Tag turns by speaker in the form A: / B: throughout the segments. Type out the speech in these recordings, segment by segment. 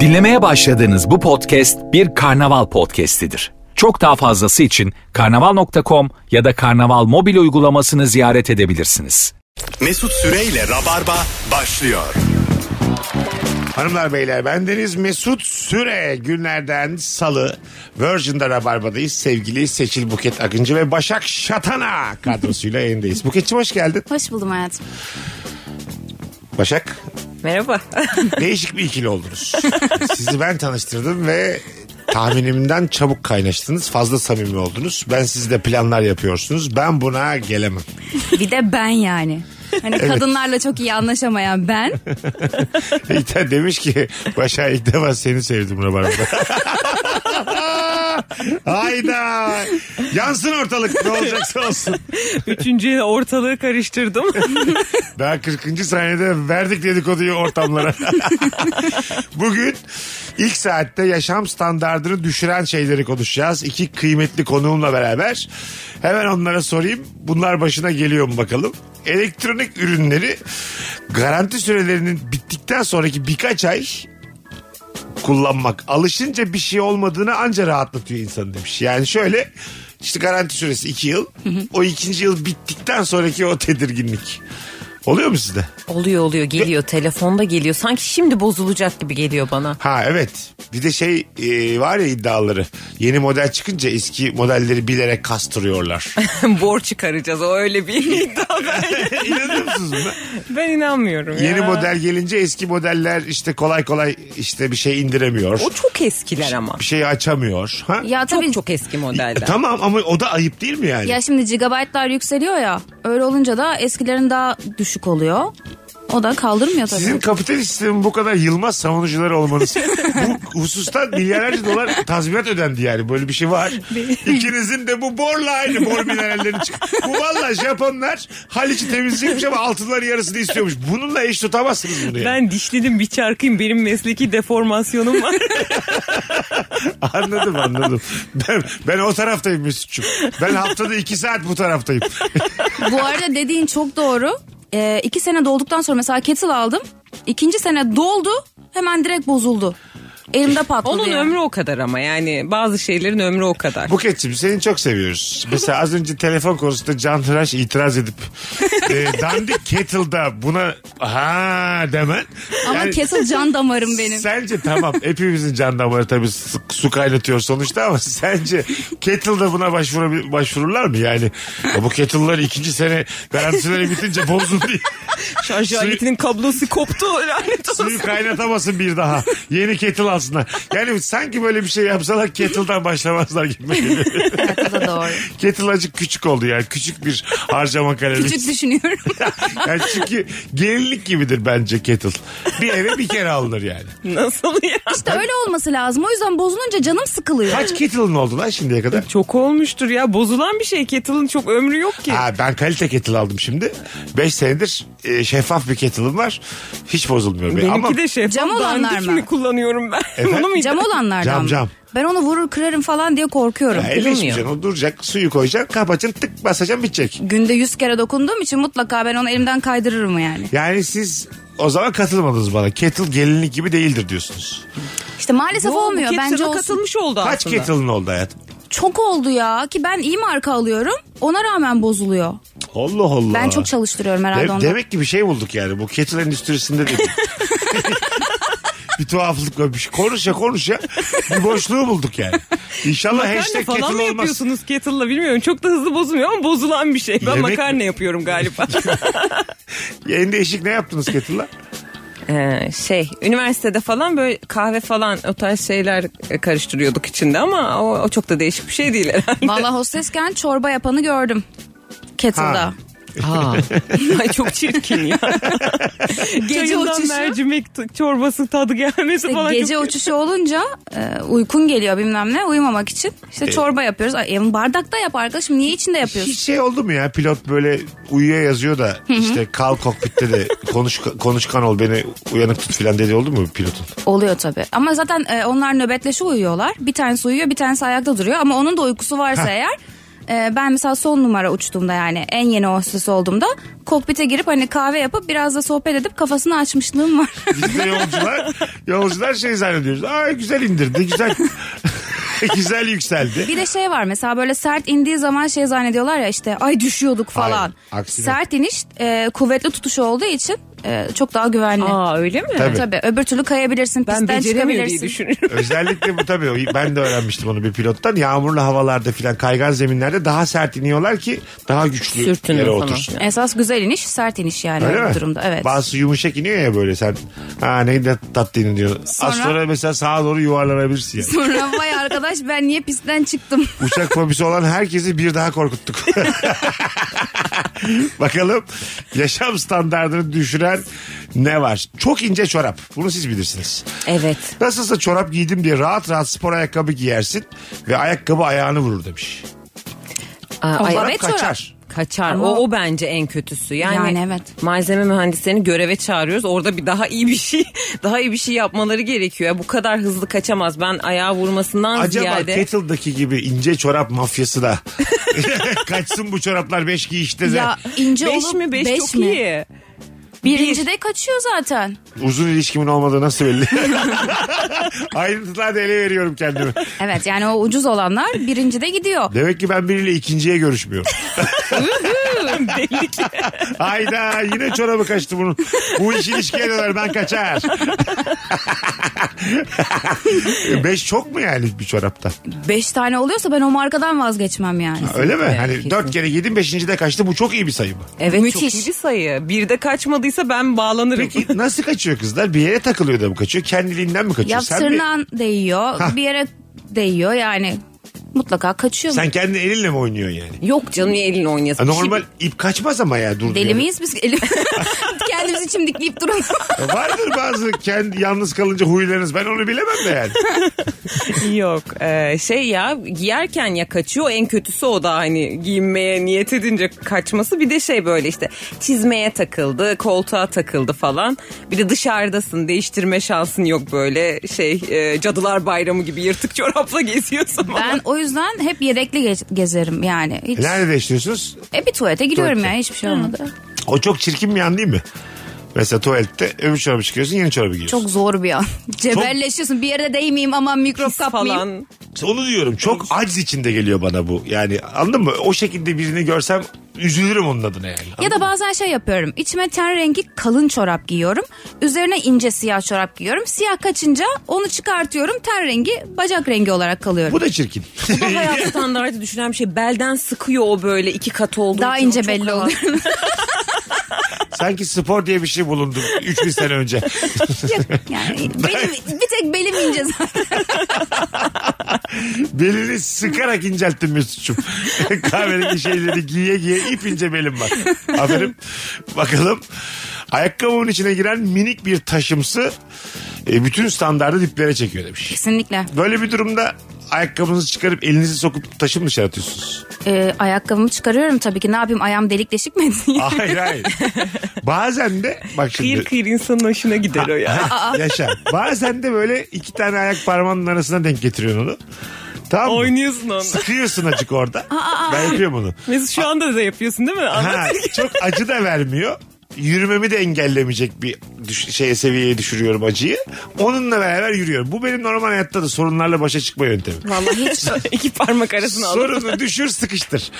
A: Dinlemeye başladığınız bu podcast bir karnaval podcastidir. Çok daha fazlası için karnaval.com ya da karnaval mobil uygulamasını ziyaret edebilirsiniz.
B: Mesut Süreyle Rabarba başlıyor.
C: Hanımlar beyler bendeniz Mesut Süre günlerden salı Virgin'de Rabarba'dayız. Sevgili Seçil Buket Akıncı ve Başak Şatana kadrosuyla yayındayız. Buket'ciğim hoş geldin.
D: Hoş buldum hayatım.
C: Başak
E: Merhaba.
C: değişik bir ikili oldunuz. Sizi ben tanıştırdım ve tahminimden çabuk kaynaştınız. Fazla samimi oldunuz. Ben sizle planlar yapıyorsunuz. Ben buna gelemem.
D: Bir de ben yani. Hani kadınlarla çok iyi anlaşamayan ben.
C: İlk de demiş ki Başak ilk defa seni sevdim Rabarba'da. Hayda. Yansın ortalık ne olacaksa olsun.
E: Üçüncü ortalığı karıştırdım.
C: Daha 40. saniyede verdik dedikoduyu ortamlara. Bugün ilk saatte yaşam standartını düşüren şeyleri konuşacağız. İki kıymetli konuğumla beraber. Hemen onlara sorayım. Bunlar başına geliyor mu bakalım? Elektronik ürünleri garanti sürelerinin bittikten sonraki birkaç ay kullanmak. Alışınca bir şey olmadığını anca rahatlatıyor insanı demiş. Yani şöyle işte garanti süresi 2 yıl. o ikinci yıl bittikten sonraki o tedirginlik. Oluyor mu sizde?
E: oluyor oluyor geliyor telefonda geliyor. Sanki şimdi bozulacak gibi geliyor bana.
C: Ha evet. Bir de şey e, var ya iddiaları. Yeni model çıkınca eski modelleri bilerek kastırıyorlar.
E: Bor çıkaracağız o öyle bir iddia ben.
C: İnanıyor E, musunuz buna?
E: Ben inanmıyorum
C: Yeni
E: ya.
C: model gelince eski modeller işte kolay kolay işte bir şey indiremiyor.
E: O çok eskiler ama.
C: Bir şey açamıyor. Ha?
D: Ya tabii
E: Çok çok eski
C: E,
E: modeller.
C: tamam ama o da ayıp değil mi yani?
D: ya şimdi gigabaytlar yükseliyor ya. Öyle olunca da eskilerin daha düşük oluyor. O da kaldırmıyor tabii.
C: Sizin kapitalist sistemin bu kadar yılmaz savunucuları olmanız. bu hususta milyarlarca dolar tazminat ödendi yani. Böyle bir şey var. İkinizin de bu borla aynı bor minerallerini çık. Bu valla Japonlar Haliç'i temizleyecekmiş ama altınların yarısını istiyormuş. Bununla eş tutamazsınız bunu yani.
E: Ben dişledim bir çarkıyım benim mesleki deformasyonum var.
C: Anladım anladım. Ben, ben o taraftayım Mesut'cum. Ben haftada iki saat bu taraftayım.
D: Bu arada dediğin çok doğru. Ee, iki sene dolduktan sonra mesela kettle aldım. İkinci sene doldu hemen direkt bozuldu. Elimde patladı.
E: Onun
D: yani.
E: ömrü o kadar ama yani bazı şeylerin ömrü o kadar.
C: Buket'cim seni çok seviyoruz. Mesela az önce telefon konusunda Can Tıraş itiraz edip e, dandik kettle'da buna ha demen.
D: Ama
C: Yani-
D: kettle can damarım benim.
C: Sence tamam hepimizin can damarı tabii su, su kaynatıyor sonuçta ama sence kettle'da buna başvurabil- başvururlar mı yani? Ya bu kettle'lar ikinci sene garantisileri bitince bozuldu diye.
E: Şarj
C: Suyu-
E: aletinin kablosu koptu lanet olsun.
C: Suyu kaynatamasın bir daha. Yeni kettle alsınlar. Yani sanki böyle bir şey yapsalar kettle'dan başlamazlar gibi. geliyor.
D: Bu da doğru.
C: kettle azıcık küçük oldu yani. Küçük bir harcama kalemimiz.
D: Küçük düşünüyorum.
C: yani çünkü gelinlik gibidir bence kettle. Bir eve bir kere alınır yani.
E: Nasıl ya?
D: İşte öyle olması lazım. O yüzden bozulunca canım sıkılıyor.
C: Kaç kettle'ın oldu lan şimdiye kadar?
E: Çok olmuştur ya bozulan bir şey kettle'ın çok ömrü yok ki.
C: Ha, ben kalite kettle aldım şimdi. 5 senedir e, şeffaf bir kettle'ım var. Hiç bozulmuyor. benim.
E: Benimki
C: Ama
E: de şeffaf
D: Cam olanlar
E: dandik
D: mı?
E: mi kullanıyorum ben?
C: Efendim?
E: Bunu mu
D: Cam olanlardan
C: Cam,
D: mı?
C: cam.
D: Ben onu vurur kırarım falan diye korkuyorum.
C: Ya, şey- elleşmeyeceksin. O duracak. Suyu koyacaksın. Kapatacaksın. Tık basacaksın bitecek.
D: Günde 100 kere dokunduğum için mutlaka ben onu elimden kaydırırım yani.
C: Yani siz o zaman katılmadınız bana. Kettle gelinlik gibi değildir diyorsunuz.
D: İşte maalesef
E: Yo, bu
D: olmuyor.
E: ketçaba
D: Bence olsun.
E: katılmış oldu
C: Kaç
E: aslında.
C: kettle'ın oldu hayatım?
D: Çok oldu ya ki ben iyi marka alıyorum. Ona rağmen bozuluyor.
C: Allah Allah.
D: Ben çok çalıştırıyorum herhalde
C: De-
D: ondan.
C: Demek ki bir şey bulduk yani. Bu kettle endüstrisinde de bir tuhaflık var. Bir şey. Konuşa konuşa bir boşluğu bulduk yani. İnşallah
E: Makarna
C: hashtag kettle
E: falan mı
C: olmaz.
E: yapıyorsunuz kettle'la bilmiyorum. Çok da hızlı bozulmuyor ama bozulan bir şey. Ben
C: Yemek
E: makarna
C: mi?
E: yapıyorum galiba.
C: En değişik ne yaptınız kettle'la?
E: Ee, şey üniversitede falan böyle kahve falan o tarz şeyler e, karıştırıyorduk içinde ama o, o çok da değişik bir şey değil herhalde.
D: Valla hostesken çorba yapanı gördüm. Kettle'da.
C: Ha.
E: Ay çok çirkin ya.
D: Gece
E: Çayından
D: uçuşu.
E: mercimek t- çorbası tadı gelmesi falan
D: Gece
E: çok...
D: uçuşu olunca e, uykun geliyor bilmem ne uyumamak için. İşte çorba yapıyoruz. Ay, evin bardakta yap arkadaşım niye içinde yapıyorsun?
C: Hiç şey oldu mu ya pilot böyle uyuya yazıyor da işte kal kokpitte de konuş, konuşkan ol beni uyanık tut filan dedi oldu mu pilotun?
D: Oluyor tabii. Ama zaten e, onlar nöbetleşe uyuyorlar. Bir tanesi uyuyor bir tanesi ayakta duruyor. Ama onun da uykusu varsa eğer e, ben mesela son numara uçtuğumda yani en yeni hostes olduğumda kokpite girip hani kahve yapıp biraz da sohbet edip kafasını açmışlığım var.
C: Biz de yolcular, yolcular şey zannediyoruz. Aa güzel indirdi, güzel güzel yükseldi.
D: Bir de şey var mesela böyle sert indiği zaman şey zannediyorlar ya işte ay düşüyorduk falan.
C: Hayır, aksine.
D: sert iniş e, kuvvetli tutuş olduğu için e, çok daha güvenli. E,
E: Aa öyle mi?
C: Tabii.
D: Tabii öbür türlü kayabilirsin
E: Ben
D: pistten
E: beceremiyor diye
D: çıkabilirsin.
E: düşünüyorum.
C: Özellikle bu tabii o- ben de öğrenmiştim onu bir pilottan. Yağmurlu havalarda filan kaygan zeminlerde daha sert iniyorlar ki daha güçlü
E: Sürtünür
C: yere
E: falan.
C: otursun.
D: Esas güzel iniş sert iniş yani
C: Öyle
D: bu
C: mi?
D: durumda evet.
C: Bazısı yumuşak iniyor ya böyle sen. Ha ne de tatlı inin diyor. Az
D: Sonra-
C: sonra mesela sağa doğru yuvarlanabilirsin yani.
D: Sonra vay arkadaş ben niye pistten çıktım?
C: Uçak fobisi olan herkesi bir daha korkuttuk. Bakalım yaşam standartını düşüren ne var? Çok ince çorap. Bunu siz bilirsiniz.
E: Evet.
C: Nasılsa çorap giydim diye rahat rahat spor ayakkabı giyersin ve ayakkabı ayağını vurur demiş.
E: Aa,
D: Ama-
E: ay-
C: Çorap
D: Evet, çorap.
C: kaçar.
E: Kaçar.
D: Ama-
E: o, o bence en kötüsü. Yani,
D: Yani evet.
E: malzeme mühendislerini göreve çağırıyoruz. Orada bir daha iyi bir şey, daha iyi bir şey yapmaları gerekiyor. Ya Bu kadar hızlı kaçamaz. Ben ayağa vurmasından
C: Acaba
E: ziyade
C: Kettle'daki gibi ince çorap mafyası da kaçsın bu çoraplar beş giyişte de.
D: ya ince
E: 5
D: olup
E: mi 5
D: beş
E: çok
D: mi?
E: iyi.
D: Birinci de kaçıyor zaten.
C: Uzun ilişkimin olmadığı nasıl belli? Ayrıntılarda ele veriyorum kendimi.
D: Evet yani o ucuz olanlar birinci de gidiyor.
C: Demek ki ben biriyle ikinciye görüşmüyorum.
E: Belli ki.
C: Hayda yine çorabı kaçtı bunun. Bu iş ilişkiye döner ben kaçar. Beş çok mu yani bir çorapta?
D: Beş tane oluyorsa ben o markadan vazgeçmem yani.
C: Öyle mi? Hani
E: kesin.
C: dört kere giydim beşinci de kaçtı bu çok iyi bir sayı mı?
E: Evet
D: Müthiş.
E: çok iyi bir sayı. Bir de kaçmadıysa ben bağlanırım.
C: Peki nasıl kaçıyor kızlar? Bir yere takılıyor da mı kaçıyor? Kendiliğinden mi kaçıyor?
D: Ya
C: Sen, mi-
D: tırnağın değiyor bir yere değiyor yani mutlaka kaçıyor.
C: sen kendi elinle mi oynuyorsun yani?
E: Yok canım niye elini
C: Ha,
E: oynayasın?
C: E, Normal ip kaçmaz ama ya dur.
D: Deli
C: yani.
D: miyiz biz? Elim- Kendimizi çimdikleyip duralım.
C: Vardır bazı kendi yalnız kalınca huylarınız. Ben onu bilemem de yani.
E: Yok e, şey ya giyerken ya kaçıyor en kötüsü o da hani giyinmeye niyet edince kaçması bir de şey böyle işte çizmeye takıldı koltuğa takıldı falan bir de dışarıdasın değiştirme şansın yok böyle şey e, cadılar bayramı gibi yırtık çorapla geziyorsun falan.
D: Ben o yüzden hep yedekli ge- gezerim yani. Hiç.
C: E, Nerede değiştiriyorsunuz?
D: E bir tuvalete gidiyorum
C: Tuvalete.
D: yani hiçbir şey olmadı.
C: O çok çirkin bir an değil mi? Mesela tuvalette öbür çorabı çıkıyorsun yeni çorabı giyiyorsun.
D: Çok zor bir an. Cebelleşiyorsun bir yere değmeyeyim aman mikrop
E: Pis
D: kapmayayım.
E: falan.
C: Onu diyorum çok aciz içinde geliyor bana bu. Yani anladın mı? O şekilde birini görsem üzülürüm onun adına yani.
D: Ya da bazen şey yapıyorum. İçime ten rengi kalın çorap giyiyorum. Üzerine ince siyah çorap giyiyorum. Siyah kaçınca onu çıkartıyorum. Ten rengi bacak rengi olarak kalıyorum.
C: Bu da çirkin.
E: Bu hayat standartı düşünen bir şey belden sıkıyor o böyle iki kat olduğu
D: Daha
E: için. O
D: ince
E: çok
D: belli
E: rahat.
D: oluyor.
C: Sanki spor diye bir şey bulundu 3000 sene önce.
D: yani benim, bir tek belim ince zaten.
C: Belini sıkarak incelttin Mesut'cum. Kahverengi şeyleri giye giye ip ince belim var. Aferin. Bakalım. Ayakkabımın içine giren minik bir taşımsı e, bütün standardı diplere çekiyor demiş.
D: Kesinlikle.
C: Böyle bir durumda ayakkabınızı çıkarıp elinizi sokup taşı mı dışarı atıyorsunuz?
D: Ee, ayakkabımı çıkarıyorum tabii ki. Ne yapayım ayağım delik deşik mi etsin?
C: Hayır hayır. Bazen de bak şimdi.
E: Kıyır kıyır insanın hoşuna gider o ya.
C: Yaşa. Bazen de böyle iki tane ayak parmağının arasına denk getiriyorsun onu. Tamam mı?
E: Oynuyorsun onu.
C: Sıkıyorsun acık orada. ben yapıyorum onu.
E: Mesut şu anda da yapıyorsun değil mi?
C: Ha, çok acı da vermiyor. Yürümemi de engellemeyecek bir düş- şeye seviyeye düşürüyorum acıyı. Onunla beraber yürüyorum. Bu benim normal hayatta da sorunlarla başa çıkma yöntemi.
D: Vallahi hiç,
E: İki parmak arasına alıp
C: Sorunu düşür sıkıştır.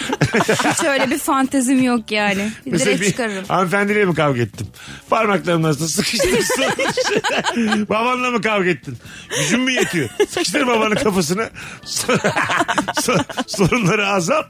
D: hiç öyle bir fantezim yok yani.
C: Mesela
D: Direkt
C: bir
D: çıkarırım.
C: hanımefendiyle mi kavga ettin? Parmaklarımın arasında sıkıştır sonuç. Babanla mı kavga ettin? Gücün mü yetiyor? Sıkıştır babanın kafasını. Sor- Sorunları azalt.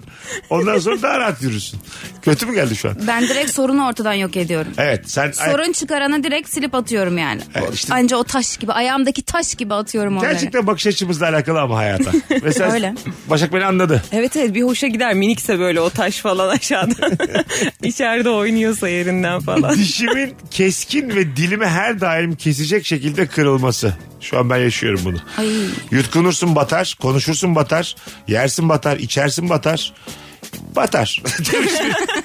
C: Ondan sonra daha rahat yürürsün. Kötü mü geldi şu an?
D: Ben direkt sorunu ortadan yok ediyorum.
C: Evet sen ay-
D: Sorun çıkarana direkt silip atıyorum yani.
C: Evet, işte-
D: Anca o taş gibi ayağımdaki taş gibi atıyorum onları.
C: gerçekten bakış açımızla alakalı ama hayata. Mesela
D: Öyle.
C: Başak beni anladı.
E: Evet evet bir hoşa gider minikse böyle o taş falan aşağıda. İçeride oynuyorsa yerinden falan.
C: Dişimin keskin ve dilimi her daim kesecek şekilde kırılması. Şu an ben yaşıyorum bunu.
D: Ay.
C: Yutkunursun batar, konuşursun batar, yersin batar, içersin batar. Batar. Demiş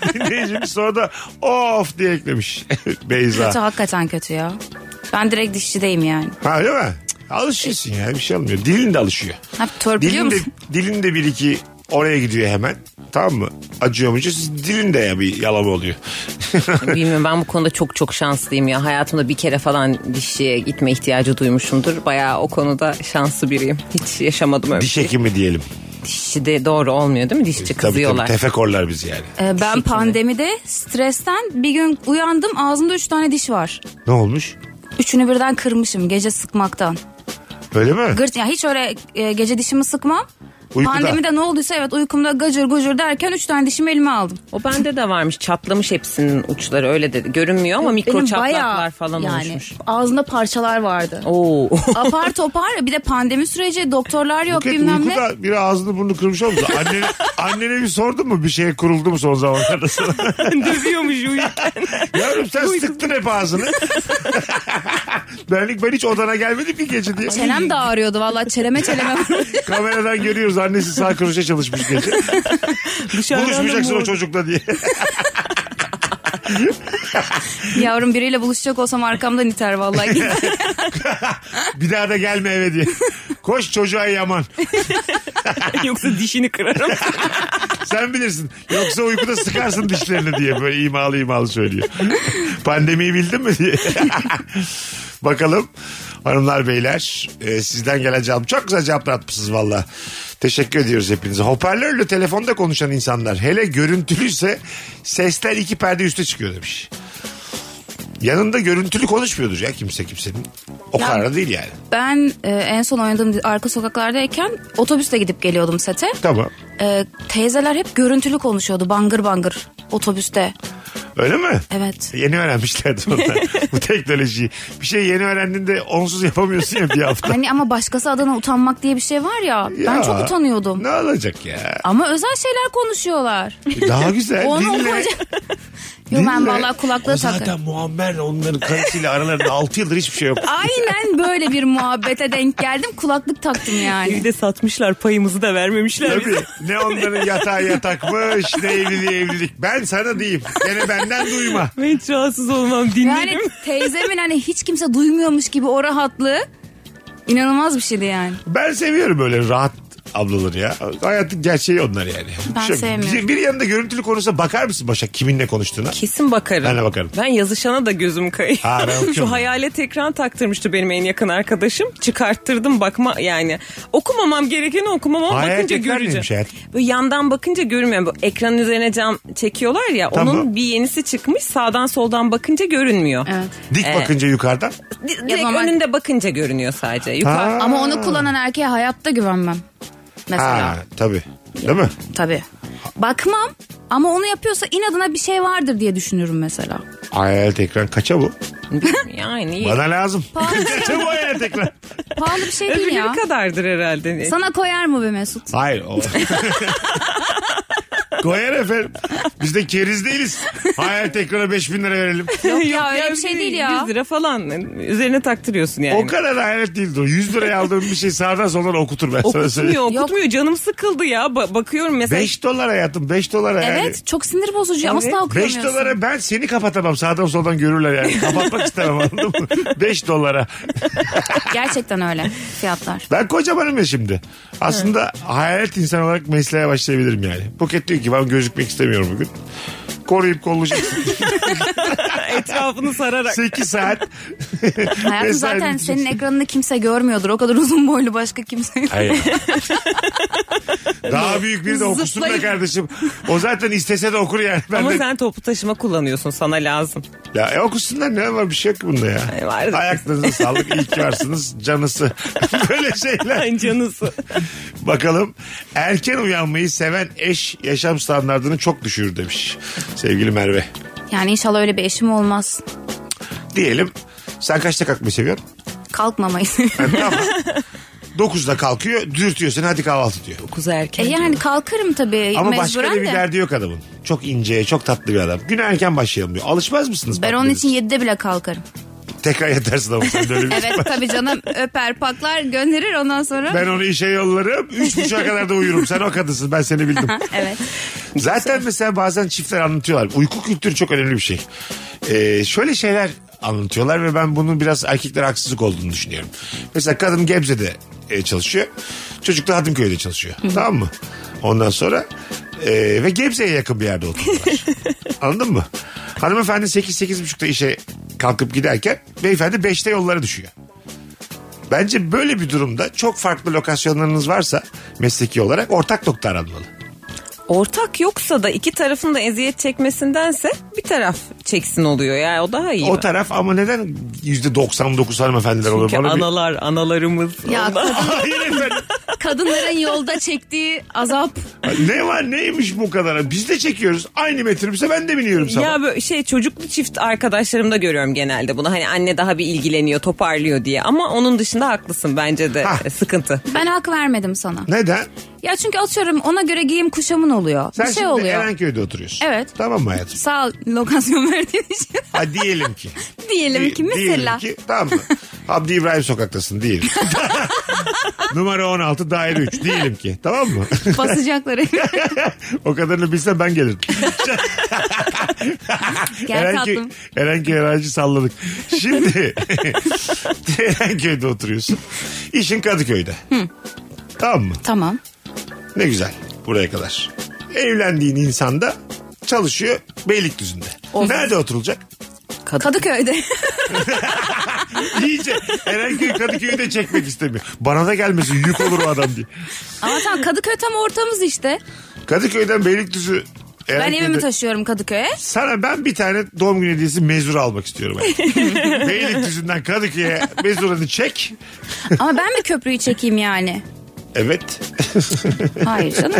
C: bir Dinleyicimiz sonra da of diye eklemiş
D: Kötü
C: Beyza.
D: hakikaten kötü ya. Ben direkt dişçideyim yani.
C: Ha öyle mi? Cık, Alışıyorsun ya bir şey olmuyor. Dilin de alışıyor.
D: Hep törpülüyor
C: Dilin de,
D: musun?
C: dilin de bir iki oraya gidiyor hemen. Tamam mı? Acıyor mu? acıyor? Dilin de ya bir yalama oluyor.
E: Bilmiyorum ben bu konuda çok çok şanslıyım ya. Hayatımda bir kere falan dişçiye gitme ihtiyacı duymuşumdur. Bayağı o konuda şanslı biriyim. Hiç yaşamadım öyle.
C: Diş hekimi diyelim.
E: Dişçi de doğru olmuyor değil mi? Dişçi
C: Tabii tabii
E: kızıyorlar.
C: tefekorlar biz yani.
D: Ee, ben
E: Şekilde.
D: pandemide stresten bir gün uyandım ağzımda üç tane diş var.
C: Ne olmuş?
D: Üçünü birden kırmışım gece sıkmaktan.
C: Öyle mi?
D: Gırt, ya hiç öyle e, gece dişimi sıkmam.
C: Uykuda.
D: Pandemide ne olduysa evet uykumda gacır gucur derken üç tane dişimi elime aldım.
E: O bende de varmış. Çatlamış hepsinin uçları öyle de görünmüyor ama mikro
D: Benim
E: çatlaklar
D: bayağı
E: falan
D: yani,
E: oluşmuş.
D: Ağzında parçalar vardı.
E: Oo.
D: Apar topar bir de pandemi süreci doktorlar yok
C: Buket
D: bilmem ne.
C: uykuda biri ağzını burnunu kırmış olmuş. Annene, annene bir sordun mu? Bir şeye kuruldu mu son zamanlarda sana?
E: Dövüyormuş uyurken.
C: Yavrum sen sıktın hep ağzını. Benlik ben hiç odana gelmedim ki gece diye.
D: Çenem de ağrıyordu valla çeleme çeleme.
C: Kameradan görüyoruz annesi sağ kroşe çalışmış gece. Buluşmayacaksın o çocukla diye.
D: Yavrum biriyle buluşacak olsam arkamdan iter vallahi.
C: bir daha da gelme eve diye. Koş çocuğa yaman.
E: Yoksa dişini kırarım.
C: Sen bilirsin. Yoksa uykuda sıkarsın dişlerini diye böyle imalı imalı söylüyor. Pandemiyi bildin mi diye. Bakalım hanımlar beyler e, sizden gelen cevap. Çok güzel cevaplar atmışsınız valla. Teşekkür ediyoruz hepinize. Hoparlörle telefonda konuşan insanlar hele görüntülüyse sesler iki perde üste çıkıyor demiş. Yanında görüntülü konuşmuyordur ya kimse kimsenin. O
D: Ya-
C: kadar da değil yani.
D: ben e, en son oynadığım di- arka sokaklardayken otobüste gidip geliyordum sete.
C: Tamam.
D: E, teyzeler hep görüntülü konuşuyordu bangır bangır otobüste.
C: Öyle mi?
D: Evet.
C: Yeni öğrenmişlerdi onlar bu teknolojiyi. Bir şey yeni öğrendiğinde onsuz yapamıyorsun ya bir hafta.
D: Hani ama başkası adına utanmak diye bir şey var ya, ben
C: Ya,
D: çok utanıyordum.
C: Ne olacak ya?
D: Ama özel şeyler konuşuyorlar.
C: Daha güzel.
D: Onu
C: dille,
D: okuyacak- Yo ben
C: dille.
D: vallahi kulaklığı
C: O zaten
D: takarım.
C: muammer onların karısıyla aralarında 6 yıldır hiçbir şey yok.
D: Aynen böyle bir muhabbete denk geldim. Kulaklık taktım yani.
E: de satmışlar payımızı da vermemişler
C: Tabii. Ne onların yatağı yatakmış ne evliliği evlilik. Ben sana diyeyim. Gene benden duyma.
E: Ben hiç rahatsız olmam
D: Yani teyzemin hani hiç kimse duymuyormuş gibi o rahatlığı inanılmaz bir şeydi yani.
C: Ben seviyorum böyle rahat ablaları ya. Hayatın gerçeği onlar yani.
D: Ben
C: Şu-
D: sevmiyorum.
C: Bir yanında görüntülü konuşsa bakar mısın başa kiminle konuştuğuna?
E: Kesin bakarım.
C: Ben de bakarım.
E: Ben yazışana da gözüm kayıyor.
C: Ha, ben okuyorum.
E: Şu hayalet ekran taktırmıştı benim en yakın arkadaşım. Çıkarttırdım bakma yani. Okumamam gerekeni okumam ama
C: Hayalet
E: bakınca
C: ekran
E: göreceğim.
C: neymiş hayatım?
E: Böyle yandan bakınca görünmüyor. Bu ekranın üzerine cam çekiyorlar ya
C: Tamam.
E: onun bir yenisi çıkmış sağdan soldan bakınca görünmüyor.
D: Evet.
C: Dik
E: Ee,
C: bakınca yukarıdan.
E: Di- Direkt
D: normal-
E: önünde bakınca görünüyor sadece. Yukarı.
C: Ha.
D: Ama onu kullanan erkeğe hayatta güvenmem. Mesela
C: Ha, tabii. Değil mi?
D: tabii. Bakmam ama onu yapıyorsa inadına bir şey vardır diye düşünürüm mesela.
C: Hayalet ekran kaça bu?
E: Yani iyi.
C: Bana lazım. kaça bu hayalet ekran?
D: Pahalı bir şey değil ya.
E: Öbürleri kadardır herhalde.
D: Sana koyar mı be Mesut?
C: Hayır o. Koyar efendim. Biz de keriz değiliz. Hayalet ekrana 5000 lira verelim.
D: Yok ya öyle bir şey değil ya.
E: 100 lira falan üzerine taktırıyorsun yani.
C: O kadar hayalet değildir. o. 100 liraya aldığım bir şey sağdan soldan okutur ben sana söyleyeyim.
E: Okutmuyor okutmuyor canım sıkıldı ya Ba- bakıyorum mesela
C: 5 dolar hayatım 5 dolara yani.
D: Evet çok sinir bozucu ama asla
C: 5
D: okuyamıyorsun.
C: dolara ben seni kapatamam. Sağdan soldan görürler yani. Kapatmak istemem anladın mı? 5 dolara.
D: Gerçekten öyle fiyatlar.
C: Ben kocamanım ya şimdi. Aslında hayalet insan olarak mesleğe başlayabilirim yani. Buket diyor ki ben gözükmek istemiyorum bugün. Koruyup kollayacaksın.
E: etrafını sararak.
C: 8 saat.
D: Hayatım
C: mesai
D: zaten
C: bitecek.
D: senin ekranını kimse görmüyordur. O kadar uzun boylu başka kimse.
C: Hayır. Daha büyük biri de okusun be
E: Zıplayıp-
C: kardeşim. O zaten istese de okur yani. Ben
E: Ama
C: de...
E: sen toplu taşıma kullanıyorsun sana lazım.
C: Ya, e, okusunlar ne var bir şey yok bunda ya.
E: E, var.
C: Ayaklarınıza sağlık. iyi ki varsınız. Canısı. Böyle şeyler.
E: Ay canısı.
C: Bakalım erken uyanmayı seven eş yaşam standartını çok düşürür demiş sevgili Merve.
D: Yani inşallah öyle bir eşim olmaz.
C: Diyelim sen kaçta kalkmayı seviyorsun?
D: Kalkmamayı.
C: Yani tamam. 9'da kalkıyor dürtüyor seni hadi kahvaltı diyor.
E: Kuzu
D: e
E: erken.
D: yani kalkarım tabii
C: Ama başka
D: E, mecburen
C: da
D: de.
C: bir derdi yok adamın. Çok ince, çok tatlı bir adam. Güne erken başlayalım diyor. Alışmaz mısınız?
D: Ben onun
C: partneriniz?
D: için 7'de bile kalkarım.
C: Tekrar yatarsın ama sen böyle bir-
D: Evet tabii canım öper paklar gönderir ondan sonra.
C: Ben onu işe yollarım. Üç buçuğa kadar da uyurum. Sen o kadınsın. Ben seni bildim.
D: Evet.
C: Zaten mesela bazen çiftler anlatıyorlar. Uyku kültürü çok önemli bir şey. Ee, şöyle şeyler anlatıyorlar ve ben bunun biraz erkeklere haksızlık olduğunu düşünüyorum. Mesela kadın Gebze'de e, çalışıyor. Çocuk da Hadımköy'de çalışıyor. Tamam mı? Ondan sonra Ee, ve Gebze'ye yakın bir yerde oturuyorlar. Anladın mı? Hanımefendi 8-8.30'da işe kalkıp giderken beyefendi 5'te yollara düşüyor. Bence böyle bir durumda çok farklı lokasyonlarınız varsa mesleki olarak ortak nokta aranmalı.
E: Ortak yoksa da iki tarafın da eziyet çekmesindense bir taraf çeksin oluyor ya o daha iyi.
C: O taraf ama neden %99 hanımefendiler olur?
E: Çünkü
C: Bana bir-
E: analar analarımız.
D: Ya
C: Hayır efendim.
D: kadınların yolda çektiği azap
C: Ne var neymiş bu kadar? Biz de çekiyoruz. Aynı metrobüse ben de biniyorum sabah.
E: Ya böyle şey çocuklu çift arkadaşlarımda görüyorum genelde bunu. Hani anne daha bir ilgileniyor, toparlıyor diye. Ama onun dışında haklısın bence de
C: Hah.
E: e, sıkıntı.
D: ben hak vermedim sana.
C: Neden?
D: Ya çünkü atıyorum ona göre giyim kuşamın oluyor.
C: Sen
D: bir şey
C: şimdi
D: oluyor.
C: Erenköy'de oturuyorsun.
D: Evet.
C: Tamam mı hayatım?
D: Sağ ol lokasyon verdiğin için.
C: Ha diyelim ki.
D: diyelim ki
C: Di-
D: mesela.
C: Diyelim ki tamam mı? Abdi İbrahim sokaktasın diyelim. Numara 16 daire 3 diyelim ki. Tamam mı?
D: Basacaklar evi.
C: o kadarını bilsem ben gelirdim.
D: Gel
C: Erenköy,
D: tatlım.
C: Erenköy Erenci salladık. Şimdi Erenköy'de oturuyorsun. İşin Kadıköy'de. Tamam mı?
D: Tamam.
C: Ne güzel buraya kadar. Evlendiğin insan da çalışıyor Beylikdüzü'nde. Nerede oturulacak?
D: Kadıköy'de.
C: İyice Erenköy Kadıköy'ü de çekmek istemiyor. Bana da gelmesin yük olur o adam diye.
D: Ama tamam Kadıköy tam ortamız işte.
C: Kadıköy'den Beylikdüzü
D: Ben
C: Erenköy'de-
D: evimi taşıyorum Kadıköy'e.
C: Sana ben bir tane doğum günü hediyesi mezura almak istiyorum. Ben. Beylikdüzü'nden Kadıköy'e mezuranı çek.
D: Ama ben mi köprüyü çekeyim yani?
C: Evet.
D: Hayır canım.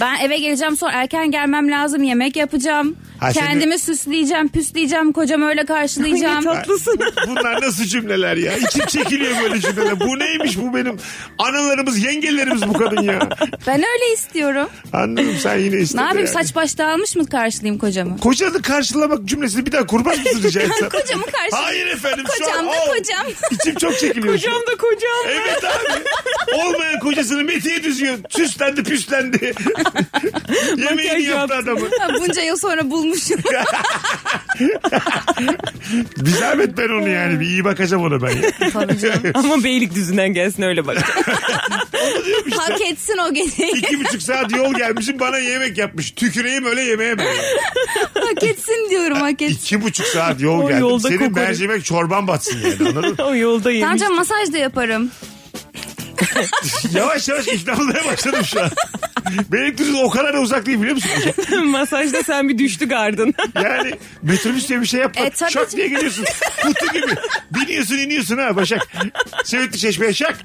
D: Ben eve geleceğim sonra erken gelmem lazım. Yemek yapacağım.
C: Ha, seni-
D: Kendimi süsleyeceğim, püsleyeceğim. Kocam öyle karşılayacağım.
E: Tatlısın.
C: Bunlar nasıl cümleler ya? İçim çekiliyor böyle cümleler. Bu neymiş bu benim? Analarımız, yengelerimiz bu kadın ya.
D: ben öyle istiyorum.
C: Anladım sen yine istedin.
D: Ne yapayım
C: yani.
D: saç baş dağılmış mı karşılayayım kocamı?
C: Kocanı karşılamak cümlesini bir daha kurban mısın rica etsem?
D: Kocamı karşılayayım.
C: Hayır efendim. şu
D: Kocam
C: an-
D: da
C: Oo,
D: kocam.
C: İçim çok çekiliyor. şu an.
E: Kocam da kocam.
C: Evet abi. Olmayan kocasını Mete'ye düzüyor. Süslendi püslendi. Yemeğini
E: Makyaj
C: yaptı
E: yaptı.
C: adamı.
D: Ha, Bunca yıl sonra bulmuşum.
C: Bir zahmet ben onu yani. Bir iyi bakacağım ona ben. ya.
D: Tabii canım.
E: Ama beylik düzünden gelsin öyle bak.
D: Hak etsin o geceyi.
C: İki buçuk saat yol gelmişim bana yemek yapmış. Tüküreyim öyle yemeğe ben.
D: hak etsin diyorum hak etsin.
C: İki buçuk saat yol
E: O
C: geldim.
E: yolda
C: Senin
E: kokoreç.
C: mercimek çorban batsın yani anladın mı?
E: o yolda
D: Tamam
E: yemiş.
D: canım masaj da yaparım.
C: Yavaş yavaş ikna olmaya başladım şu an. Beylikdüzü o kadar da uzak değil biliyor musun?
E: Masajda sen bir düştü gardın.
C: Yani metrobüs diye bir şey yapma.
D: E, tabii
C: şak
D: ki.
C: diye geliyorsun. Kutu gibi. Biniyorsun iniyorsun ha Başak. Söğütlü Çeşme'ye şak.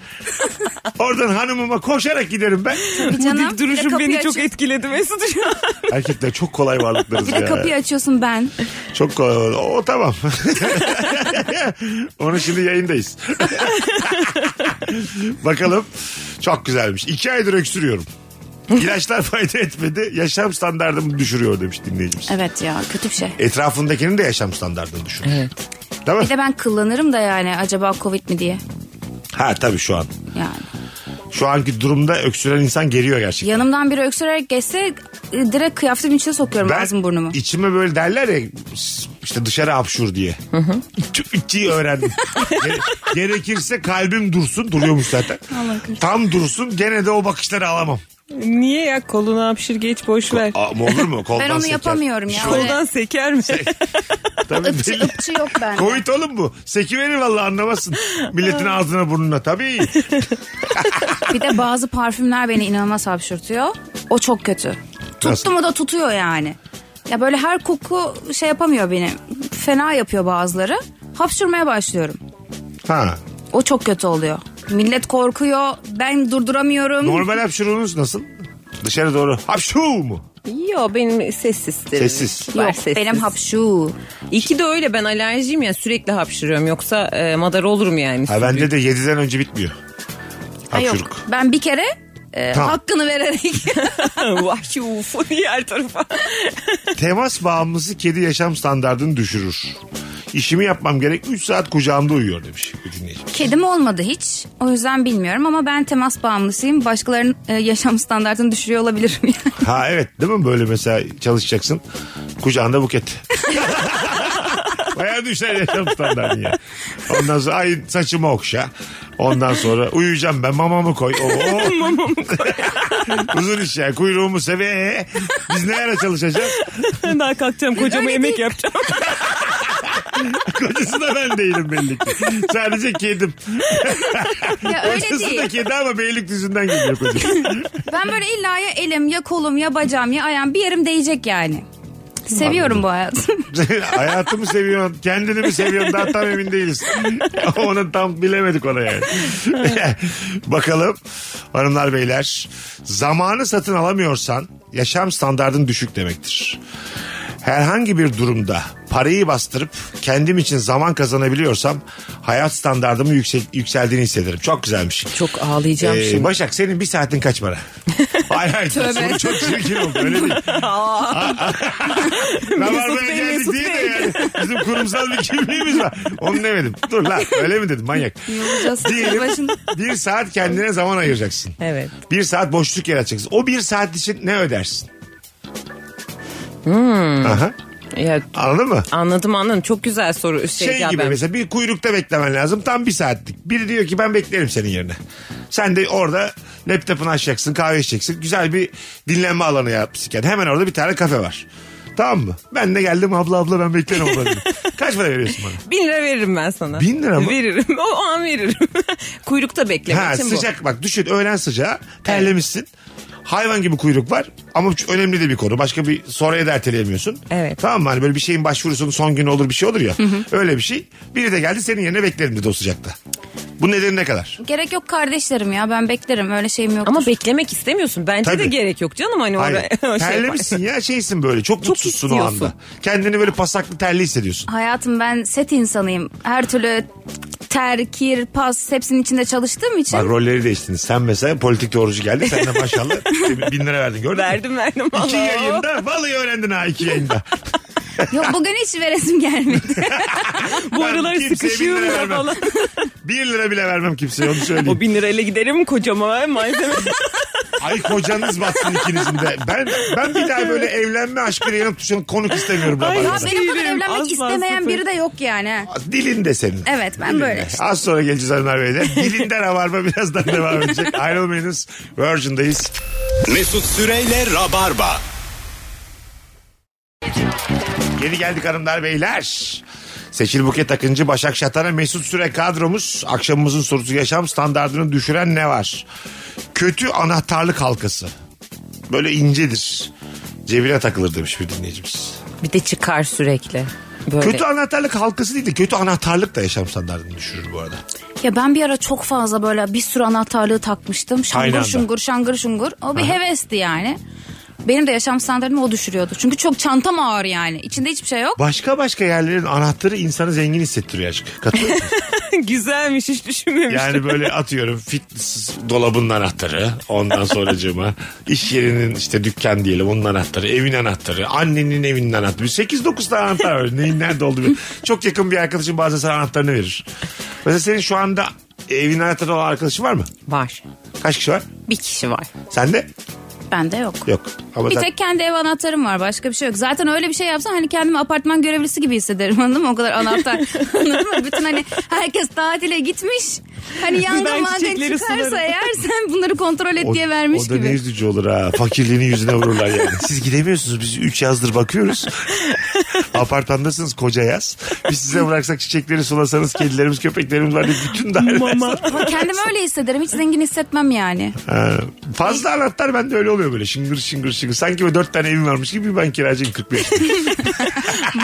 C: Oradan hanımıma koşarak giderim ben.
D: Bir
E: Bu
D: canım.
E: dik duruşun
D: bir de
E: beni
D: kapıyı
E: çok
D: açıyorsun.
E: etkiledi Mesut şu an.
C: Erkekler çok kolay varlıklarız
D: Bir de kapıyı
C: ya.
D: açıyorsun ben.
C: Çok kolay. varlık- O tamam. Onu şimdi yayındayız. Bakalım. Çok güzelmiş. İki aydır öksürüyorum. İlaçlar fayda etmedi. Yaşam standartımı düşürüyor demiş dinleyicimiz.
D: Evet ya kötü bir şey.
C: Etrafındakinin de yaşam standartını düşürüyor.
E: Evet.
C: Değil mi?
D: Bir de ben kullanırım da yani acaba covid mi diye.
C: Ha tabii şu an.
D: Yani.
C: Şu anki durumda öksüren insan geriyor gerçekten.
D: Yanımdan biri öksürerek geçse e, direkt kıyafetimin içine sokuyorum ağzımı burnumu.
C: içime böyle derler ya işte dışarı hapşur diye. İçi öğrendim. Gere- Gerekirse kalbim dursun duruyormuş zaten. Tam dursun gene de o bakışları alamam.
E: Niye ya kolunu hapşır geç boş ver.
C: Ama olur mu? Koldan
D: Ben onu
C: seker.
D: yapamıyorum ya. Öyle
E: Koldan seker mi?
C: şey- Tabii
D: ıpçı,
C: belli.
D: ıpçı yok bende.
C: Covid oğlum bu. Sekiverir vallahi anlamazsın. Milletin ağzına burnuna tabii.
D: Bir de bazı parfümler beni inanılmaz hapşırtıyor. O çok kötü.
C: Nasıl?
D: Tuttu mu da tutuyor yani. Ya böyle her koku şey yapamıyor beni. Fena yapıyor bazıları. Hapşırmaya başlıyorum.
C: Ha.
D: O çok kötü oluyor. Millet korkuyor. Ben durduramıyorum.
C: Normal hapşuruğunuz nasıl? Dışarı doğru hapşu mu?
E: Yo benim sessizdir.
C: Sessiz.
E: Var,
D: Yok
E: sessiz.
D: benim hapşu.
E: İyi ki de öyle ben alerjiyim ya sürekli hapşırıyorum yoksa e, madar olurum yani.
C: Ha bende de 7'den önce bitmiyor.
D: Ha, yok.
C: Hapşuruk.
D: Ben bir kere e,
C: Tamam.
D: hakkını vererek.
E: Vahşi ufu diye her tarafa.
C: Temas bağımlısı kedi yaşam standartını düşürür. İşimi yapmam gerek 3 saat kucağımda uyuyor demiş bir dinleyici.
D: Kedim olmadı hiç. O yüzden bilmiyorum ama ben temas bağımlısıyım. Başkalarının e, yaşam standartını düşürüyor olabilirim. yani.
C: Ha evet değil mi böyle mesela çalışacaksın kucağında buket. Bayağı düşer yaşam standartın ya. Ondan sonra ay saçımı okşa. Ondan sonra uyuyacağım ben mamamı koy. Oo. mamamı koy. Uzun iş yani. Kuyruğumu seve. ee, Biz ne ara çalışacağız?
E: Daha kalkacağım kocama
D: Öyle
E: yemek
D: değil.
E: yapacağım.
C: Kocası da ben değilim belli ki. Sadece kedim.
D: Ya öyle
C: Kocası da
D: değil.
C: kedi ama Beylikdüzü'nden geliyor kocası.
D: Ben böyle illa ya elim ya kolum ya bacağım ya ayağım bir yerim değecek yani. Seviyorum bu hayatı.
C: Hayatımı seviyorsun, kendini mi seviyorsun daha tam emin değiliz. Onu tam bilemedik ona yani. Bakalım hanımlar beyler. Zamanı satın alamıyorsan yaşam standardın düşük demektir. Herhangi bir durumda parayı bastırıp kendim için zaman kazanabiliyorsam hayat standardımı yüksel, yükseldiğini hissederim. Çok güzelmiş.
E: Çok ağlayacağım
C: Ee,
E: şimdi.
C: Başak senin bir saatin kaç para? hayır hayır.
D: Tövbe.
C: soru Çok çirkin oldu. Öyle değil.
E: Mesut
C: Rabarbaya
E: Bey,
C: geldik
E: Mesut
C: değil de
E: Bey.
C: yani. Bizim kurumsal bir kimliğimiz var. Onu demedim. Dur lan öyle mi dedim manyak.
D: Yolacağız.
C: Diyelim
D: Başında-
C: bir saat kendine zaman ayıracaksın.
E: Evet.
C: Bir saat boşluk yaratacaksın. O bir saat için ne ödersin?
E: Hmm.
C: Aha,
E: Ya,
C: anladın mı?
E: anladım anladım. Çok güzel soru. Şey,
C: Şey,
E: ya
C: gibi
E: ben-
C: mesela bir kuyrukta beklemen lazım. Tam bir saatlik. Biri diyor ki ben beklerim senin yerine. Sen de orada laptopunu açacaksın kahve içeceksin. Güzel bir dinlenme alanı yapmışsın. kendine. hemen orada bir tane kafe var. Tamam mı? Ben de geldim abla abla ben beklerim abla dedim. Kaç para veriyorsun bana?
E: Bin lira veririm ben sana.
C: Bin lira mı?
E: Veririm. O, o an veririm. Kuyrukta beklemek
C: Ha,
E: için
C: sıcak bak düşün öğlen sıcağı terlemişsin. Hayvan gibi kuyruk var ama çok önemli de bir konu. Başka bir sonraya da erteleyemiyorsun.
E: Evet.
C: Tamam mı? Hani böyle bir şeyin başvurusunun son günü olur bir şey olur ya. Öyle bir şey. Biri de geldi senin yerine beklerim dedi o sıcakta. Bu nedeni ne kadar?
D: Gerek yok kardeşlerim ya ben beklerim öyle şeyim yok.
E: bu. Ama beklemek istemiyorsun. Bence de
C: Tabii.
E: gerek yok canım hani
C: Hayır.
E: oraya. şey
C: Terlemişsin ya şeysin böyle çok, mutsuzsun o
E: istiyorsun.
C: anda. Kendini böyle pasaklı terli hissediyorsun.
D: Hayatım ben set insanıyım. Her türlü ter, kir, pas hepsinin içinde çalıştığım için.
C: Bak rolleri değiştiniz. Sen mesela politik doğrucu geldi. Sen de maşallah bin lira verdin gördün mü?
E: Verdim verdim.
C: İki
E: vallahi.
C: yayında vallahi öğrendin ha iki yayında.
D: Yok bugün hiç veresim gelmedi.
E: Bu
C: Ben
E: aralar
C: kimseye bin
E: sıkışıyorum
C: lira
E: ya
C: vermem.
E: falan.
C: Bir lira bile vermem kimseye onu söyleyeyim.
E: O bin lirayla giderim kocama malzeme.
C: Ay kocanız batsın ikinizin de. Ben, ben bir daha böyle evlenme aşkıyla yanıp tuşlanıp konuk istemiyorum.
E: Ay,
D: ya
C: Rabarba'da.
E: Nasıl
D: benim kadar
E: iyiyim?
D: evlenmek
E: Asla
D: istemeyen
E: sıfır.
D: biri de yok yani. ha.
C: Dilinde senin.
D: Evet, ben
C: Dilinde.
D: böyle işte.
C: Az sonra geleceğiz hanımlar beyler. Dilinde rabarba birazdan devam edecek. Ayrılmayınız. Virgin'dayız.
B: Mesut Süreyle Rabarba.
C: Yeni geldik hanımlar beyler. Seçil Buket Akıncı, Başak Şatan'a Mesut Süre kadromuz. Akşamımızın sorusu yaşam standartını düşüren ne var? Kötü anahtarlık halkası. Böyle incedir. Cebine takılır demiş bir dinleyicimiz.
E: Bir de çıkar sürekli. Böyle.
C: Kötü anahtarlık halkası değil de kötü anahtarlık da yaşam standartını düşürür bu arada.
D: Ya ben bir ara çok fazla böyle bir sürü anahtarlığı takmıştım.
C: Aynı
D: Şangır
C: anda.
D: şungur şangır şungur. O bir hevesti yani. Benim de yaşam standartımı o düşürüyordu. Çünkü çok çantam ağır yani. İçinde hiçbir şey yok.
C: Başka başka yerlerin anahtarı insanı zengin hissettiriyor aşkım. Katılıyor musun?
E: Güzelmiş hiç düşünmemiştim.
C: yani böyle atıyorum fitness dolabının anahtarı ondan sonracığıma iş yerinin işte dükkan diyelim onun anahtarı evin anahtarı annenin evinin anahtarı 8-9 tane anahtar var neyin nerede olduğu bil- çok yakın bir arkadaşın bazen sana anahtarını verir mesela senin şu anda evin anahtarı olan arkadaşın var mı?
E: Var.
C: Kaç kişi var?
E: Bir kişi var.
C: Sende?
D: Bende yok.
C: Yok. Ama
D: Bir
C: sen-
D: tek kendi ev anahtarım var. Başka bir şey yok. Zaten öyle bir şey yapsam hani kendimi apartman görevlisi gibi hissederim. Anladın mı? O kadar anahtar. anladın mı? Bütün hani herkes tatile gitmiş. Hani
E: Ben
D: yangın maden
E: çiçekleri sularım.
D: çıkarsa eğer sen bunları kontrol et
C: O-
D: diye vermiş
C: O da ne
D: gibi.
C: üzücü olur ha. Fakirliğinin yüzüne vururlar yani. Siz gidemiyorsunuz. Biz 3 yazdır bakıyoruz. Apartmandasınız koca yaz. Biz size bıraksak çiçekleri sulasanız kedilerimiz köpeklerimiz var diye bütün daire.
D: Ama kendimi öyle hissederim. Hiç zengin hissetmem yani.
C: Ha, Fazla anahtar bende öyle oluyor böyle. Şıngır şıngır şıngır. Sanki böyle 4 tane evim varmış gibi ben kiracıyım 41.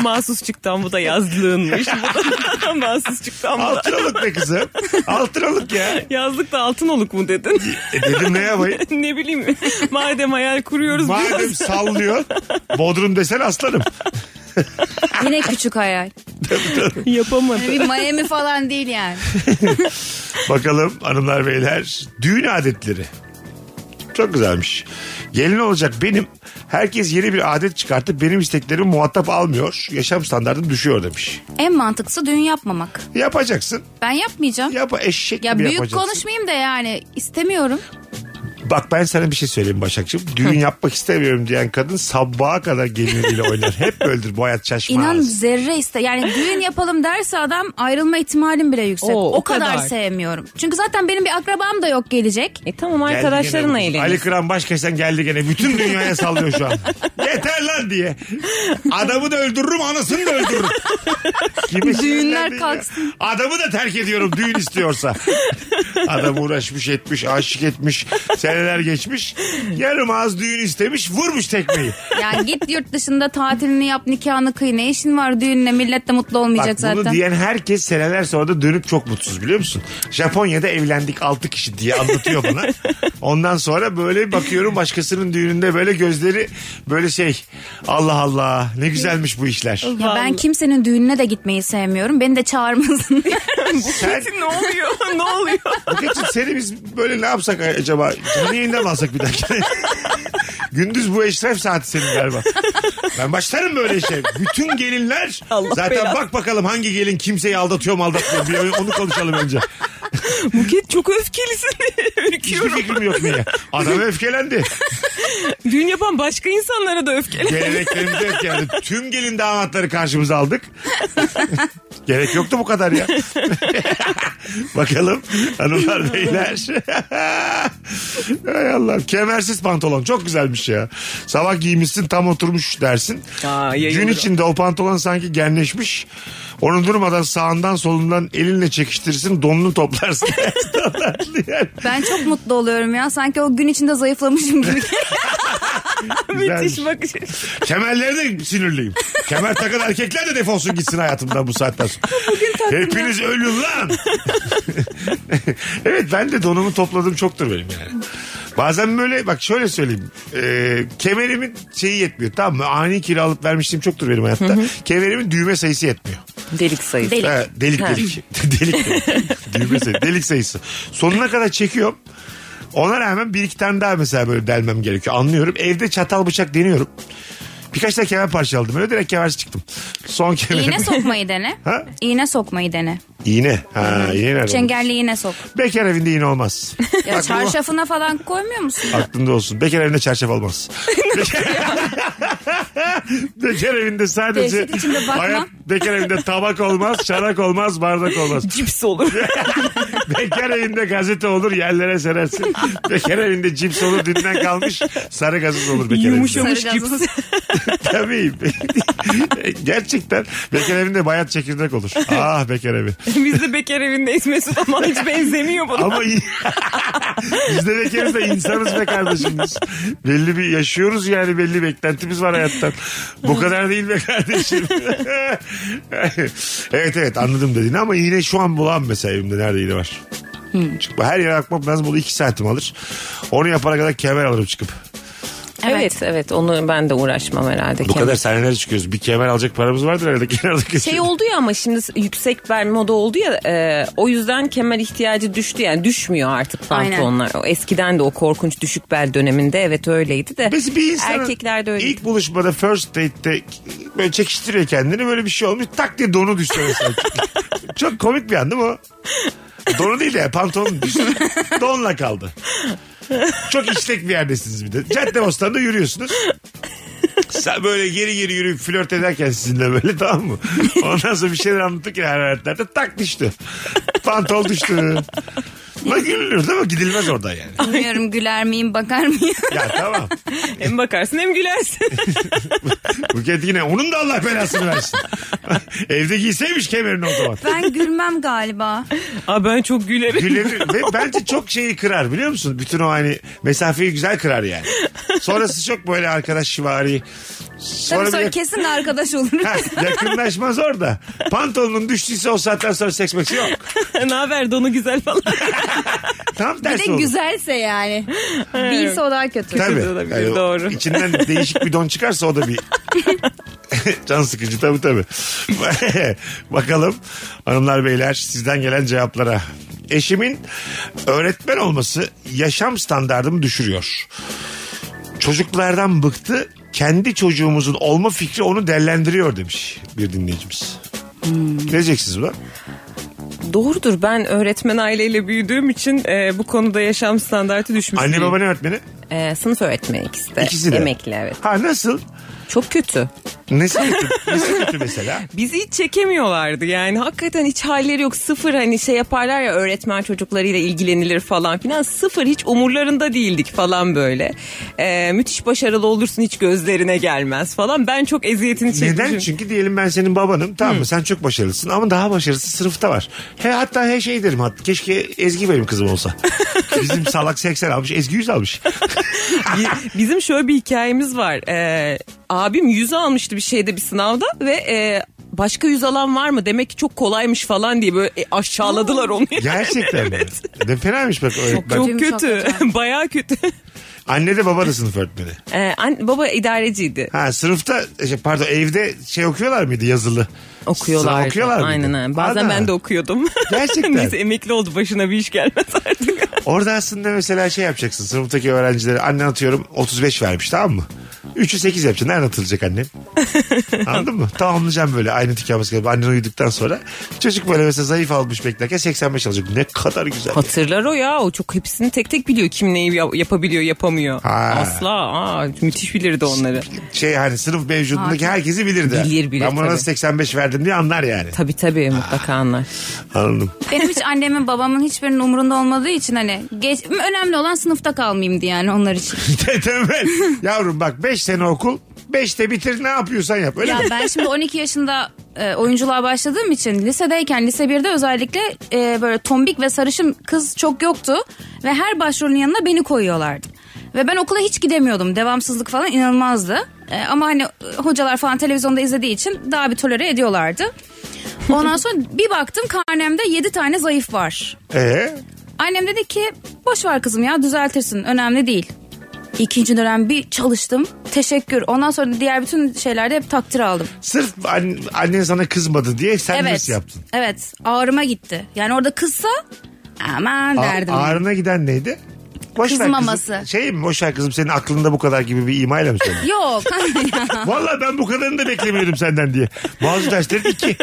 E: Mahsusçuktan bu da yazlığınmış. Bu da mahsusçuktan bu da.
C: Altın alık be kızım. Altın alık ya.
E: Yazlık da altın oluk mu dedin?
C: E dedim ne yapayım?
E: ne bileyim madem hayal kuruyoruz
C: Madem
E: biraz.
C: sallıyor. Bodrum desen aslanım.
D: Yine küçük hayal.
E: yapamadı.
D: Bir Miami falan değil yani.
C: Bakalım hanımlar beyler düğün adetleri. Çok güzelmiş. Gelin olacak benim. Herkes yeni bir adet çıkartıp benim isteklerimi muhatap almıyor. Yaşam standartım düşüyor demiş.
D: En mantıklısı düğün yapmamak.
C: Yapacaksın.
D: Ben yapmayacağım.
C: Yap eşek
D: Ya
C: gibi
D: büyük
C: yapacaksın.
D: konuşmayayım da yani istemiyorum.
C: Bak ben sana bir şey söyleyeyim Başakçığım. Düğün yapmak istemiyorum diyen kadın sabaha kadar geliniyle oynar. Hep böyledir bu hayat şaşmaz.
D: İnan zerre iste. Yani düğün yapalım derse adam ayrılma ihtimalim bile yüksek.
E: Oo,
D: o
E: o
D: kadar,
E: kadar.
D: sevmiyorum. Çünkü zaten benim bir akrabam da yok gelecek.
E: E tamam
C: Geldi
E: arkadaşlarınla
C: gene bu.
E: eğlen.
C: Ali Kıran Başkesen geldi gene. Bütün dünyaya sallıyor şu an. Yeter lan diye. Adamı da öldürürüm anasını da öldürürüm. Kime sinirlendin ya?
D: kalksın.
C: Adamı da terk ediyorum düğün istiyorsa. Adam uğraşmış etmiş aşık etmiş. Seneler geçmiş. Yarım ağız düğün istemiş vurmuş tekmeyi.
D: Yani git yurt dışında tatilini yap, nikahını kıy. Ne işin var düğünle? Millet de mutlu olmayacak
C: Bak
D: zaten.
C: bunu diyen herkes seneler sonra da dönüp çok mutsuz biliyor musun? Japonya'da evlendik 6 kişi diye anlatıyor bana. Ondan sonra böyle bakıyorum başkasının düğününde böyle gözleri böyle şey Allah Allah ne güzelmiş bu işler.
D: Ya ben kimsenin düğününe de gitmeyi sevmiyorum. Beni de çağırmasın.
C: Sen
E: ne oluyor? ne oluyor?
C: Buket'cim seni biz böyle ne yapsak acaba? Canlı yayında mı alsak bir dakika? Gündüz bu eşref saati senin galiba. Ben başlarım böyle işe. Bütün gelinler
E: Allah
C: zaten
E: belanı.
C: bak bakalım hangi gelin kimseyi aldatıyor mu aldatmıyor. mu? Bir onu konuşalım önce.
E: Buket çok öfkelisin.
C: Hiçbir
E: Ürküyorum.
C: fikrim yok niye? Adam öfkelendi.
E: Düğün yapan başka insanlara da öfkeli.
C: Geleneklerimiz öfkelendi. Tüm gelin damatları karşımıza aldık. Gerek yoktu bu kadar ya. Bakalım hanımlar beyler. Hay Allah. Kemersiz pantolon çok güzelmiş ya. Sabah giymişsin tam oturmuş dersin.
E: Aa, yayılır
C: Gün
E: o.
C: içinde o pantolon sanki genleşmiş. Onu durmadan sağından solundan elinle çekiştirirsin donunu toplarsın. Yani
D: ben çok mutlu oluyorum ya. Sanki o gün içinde zayıflamışım gibi.
C: güzelmiş.
E: Müthiş bakış.
C: Kemerlere de sinirliyim. Kemer takan erkekler de defolsun gitsin hayatımdan bu saatten sonra. Hepiniz ölün lan. evet ben de donumu topladım çoktur benim yani. Bazen böyle bak şöyle söyleyeyim. Ee, kemerimin şeyi yetmiyor tamam mı? Ani kilo alıp vermiştim çoktur benim hayatta. Kemerimin düğme sayısı yetmiyor.
E: Delik sayısı.
D: Delik.
C: Ha, delik
E: Ha.
C: delik. delik delik. Düğme sayısı. Delik sayısı. Sonuna kadar çekiyorum. Ona rağmen bir iki tane daha mesela böyle delmem gerekiyor. Anlıyorum. Evde çatal bıçak deniyorum. Birkaç tane kemer parçaladım. Öyle direkt kemersiz çıktım. Son kemerim.
D: İğne sokmayı dene.
C: Ha?
D: İğne sokmayı dene.
C: İğne. Ha,
D: Hmm.
C: iğne nerede?
D: Çengelli iğne sok.
C: Bekar evinde iğne olmaz.
D: Ya çarşafına falan koymuyor musun?
C: Aklında olsun. Bekar evinde çerçeve olmaz. bekar evinde sadece
D: Teşvik içinde bakma.
C: hayat, bekar evinde tabak olmaz, çanak olmaz, bardak olmaz.
E: Cips olur.
C: Bekar evinde gazete olur yerlere serersin. Bekar evinde cips olur dünden kalmış sarı gazoz olur bekar evinde.
E: Yumuşamış
D: Sarı
E: cips.
D: gazoz.
C: Tabii. Gerçekten bekar evinde bayat çekirdek olur. Ah bekar evi.
E: Biz de bekar evindeyiz Mesut ama hiç benzemiyor buna.
C: Ama iyi. biz de bekarız da insanız be kardeşim biz. Belli bir yaşıyoruz yani belli beklentimiz var hayattan. Bu kadar değil be kardeşim. evet evet anladım dediğini ama iğne şu an bulam mesela evimde nerede iğne var. Çıkma. Her yere bakmam lazım. Bunu iki saatim alır. Onu yapana kadar kemer alırım çıkıp.
E: Evet evet onu ben de uğraşmam herhalde.
C: Bu kadar sahnelere çıkıyoruz. Bir kemer alacak paramız vardır herhalde. Kenardaki
E: Şey oldu ya ama şimdi yüksek bel moda oldu ya e, o yüzden kemer ihtiyacı düştü yani düşmüyor artık
D: Aynen.
E: pantolonlar. O eskiden de o korkunç düşük bel döneminde evet öyleydi de
C: Biz bir insanın
E: erkekler de öyleydi.
C: ilk buluşmada first date'te böyle çekiştiriyor kendini böyle bir şey olmuş tak diye donu düştü. mesela. Çok komik bir an değil mi o? Donu değil de yani, pantolon düştü. Donla kaldı. Çok işlek bir yerdesiniz bir de. Caddebostan'da yürüyorsunuz. Sen böyle geri geri yürüyüp flört ederken sizinle böyle tamam mı? Ondan sonra bir şeyler anlattık ya hararetlerde tak düştü. Pantol düştü. Buna gülünür değil mi? Gidilmez oradan yani.
D: Bilmiyorum güler miyim bakar mıyım?
C: Ya tamam.
E: Hem bakarsın hem gülersin.
C: Buket yine onun da Allah belasını versin. Evde giyseymiş kemerini o zaman.
D: Ben gülmem galiba.
E: Aa, ben çok gülerim.
C: Gülerim. Ve bence çok şeyi kırar biliyor musun? Bütün o hani mesafeyi güzel kırar yani. Sonrası çok böyle arkadaş şivari.
D: Tabii
C: Sonra,
D: sonra
C: bir
D: kesin arkadaş olur.
C: Ha, yakınlaşmaz orada. Pantolonun düştüyse o saatten sonra seks meksi yok.
E: ne haber donu güzel falan.
C: Tam
D: Bir
C: tersi
D: de
C: olur.
D: güzelse yani. Değilse o daha kötü.
C: Tabii.
E: de olabilir,
C: Yani o
E: doğru.
C: İçinden değişik bir don çıkarsa o da bir can sıkıcı tabii tabii. Bakalım hanımlar beyler sizden gelen cevaplara. Eşimin öğretmen olması yaşam standardımı düşürüyor. Çocuklardan bıktı kendi çocuğumuzun olma fikri onu derlendiriyor demiş bir dinleyicimiz. Ne diyeceksiniz buna?
E: Doğrudur ben öğretmen aileyle büyüdüğüm için e, bu konuda yaşam standartı düşmüş.
C: Anne
E: değil.
C: baba ne öğretmeni?
E: E, sınıf öğretmeni ikisi de.
C: İkisi de.
E: Emekli evet.
C: Ha nasıl?
E: Çok kötü.
C: Nesi kötü, nesi kötü mesela?
E: Bizi hiç çekemiyorlardı yani. Hakikaten hiç halleri yok. Sıfır hani şey yaparlar ya öğretmen çocuklarıyla ilgilenilir falan filan. Sıfır hiç umurlarında değildik falan böyle. Ee, müthiş başarılı olursun hiç gözlerine gelmez falan. Ben çok eziyetini çekmişim.
C: Neden? Çünkü diyelim ben senin babanım tamam mı? Sen çok başarılısın ama daha başarısı sınıfta var. He hatta he şey derim hatta keşke Ezgi benim kızım olsa. Bizim salak 80 almış Ezgi 100 almış.
E: Bi- Bizim şöyle bir hikayemiz var. Ee, abim yüz almıştı bir şeyde bir sınavda ve e, başka yüz alan var mı? Demek ki çok kolaymış falan diye böyle e, aşağıladılar onu.
C: Gerçekten mi? Ne fenaymış bak öğretmen.
E: Çok
D: Kötüymüş
E: kötü.
D: hakikaten.
E: Bayağı kötü.
C: Anne de baba da sınıf öğretmeni.
E: Ee, an- baba idareciydi.
C: Ha sınıfta şey, pardon evde şey okuyorlar mıydı yazılı?
E: Okuyorlar.
C: Sınav okuyorlar mıydı?
E: Aynen aynen. Bazen
C: Ana.
E: ben de okuyordum.
C: Gerçekten.
E: Neyse emekli oldu başına bir iş gelmez artık.
C: Orada aslında mesela şey yapacaksın sınıftaki öğrencilere anne atıyorum 35 vermiş tamam mı? 3'ü 8 yapacaksın. Nereden atılacak annem? Anladın mı? Tamamlayacağım böyle aynı tükenmez gibi. Annen uyuduktan sonra çocuk böyle mesela zayıf almış beklerken 85 alacak. Ne kadar güzel.
E: Hatırlar o ya. O çok hepsini tek tek biliyor. Kim neyi yap- yapabiliyor yapamıyor.
C: Ha.
E: Asla. Aa, müthiş bilirdi onları.
C: Şey hani sınıf mevcudundaki herkesi bilirdi.
E: Bilir, bilir
C: Ben buna
E: tabii.
C: nasıl 85 verdim diye anlar yani.
E: Tabii tabii mutlaka anlar.
C: Anladım.
D: Benim hiç annemin babamın hiçbirinin umurunda olmadığı için hani geç, önemli olan sınıfta kalmayayımdı yani onlar için.
C: Temel. Yavrum bak 5 sene okul 5'te bitir ne yapıyorsan yap. Öyle
D: Ya
C: mi?
D: ben şimdi 12 yaşında e, oyunculuğa başladığım için lisedeyken lise 1'de özellikle e, böyle tombik ve sarışın kız çok yoktu ve her başrolün yanına beni koyuyorlardı. Ve ben okula hiç gidemiyordum. Devamsızlık falan inanılmazdı. E, ama hani e, hocalar falan televizyonda izlediği için daha bir tolere ediyorlardı. Ondan sonra bir baktım karnemde 7 tane zayıf var.
C: Ee,
D: Annem dedi ki boş ver kızım ya düzeltirsin önemli değil. İkinci dönem bir çalıştım. Teşekkür. Ondan sonra diğer bütün şeylerde hep takdir aldım.
C: sırf an- annen sana kızmadı diye sen
D: evet.
C: nasıl yaptın?
D: Evet. Ağrıma gitti. Yani orada kızsa aman
C: A-
D: derdim.
C: Ağrına giden neydi? Boş ver
D: Kızmaması.
C: kızım. Şey mi boş ver kızım senin aklında bu kadar gibi bir imayla mı söyledin?
D: Yok. ya.
C: Valla ben bu kadarını da beklemiyordum senden diye. Bazı derslerin iki.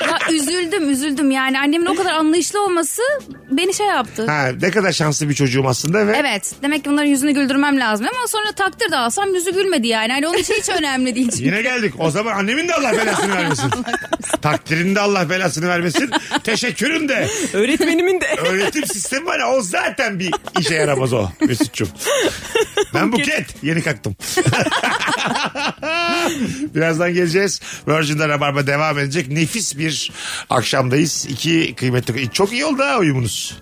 D: ya üzüldüm üzüldüm yani annemin o kadar anlayışlı olması beni şey yaptı.
C: Ha, ne kadar şanslı bir çocuğum aslında ve
D: Evet demek ki bunların yüzünü güldürmem lazım ama sonra takdir de alsam yüzü gülmedi yani. Hani onun için hiç önemli değil.
C: yine geldik. O zaman annemin de Allah belasını vermesin. Takdirin de Allah belasını vermesin. Teşekkürün de.
E: Öğretmenimin de.
C: Öğretim sistemi var ya o zaten bir işe yaramaz o Mesut'cum. Ben Buket. Yeni kalktım. Birazdan geleceğiz. Virgin'de Rabarba devam edecek. Nefis bir akşamdayız. İki kıymetli. Çok iyi oldu ha uyumunuz.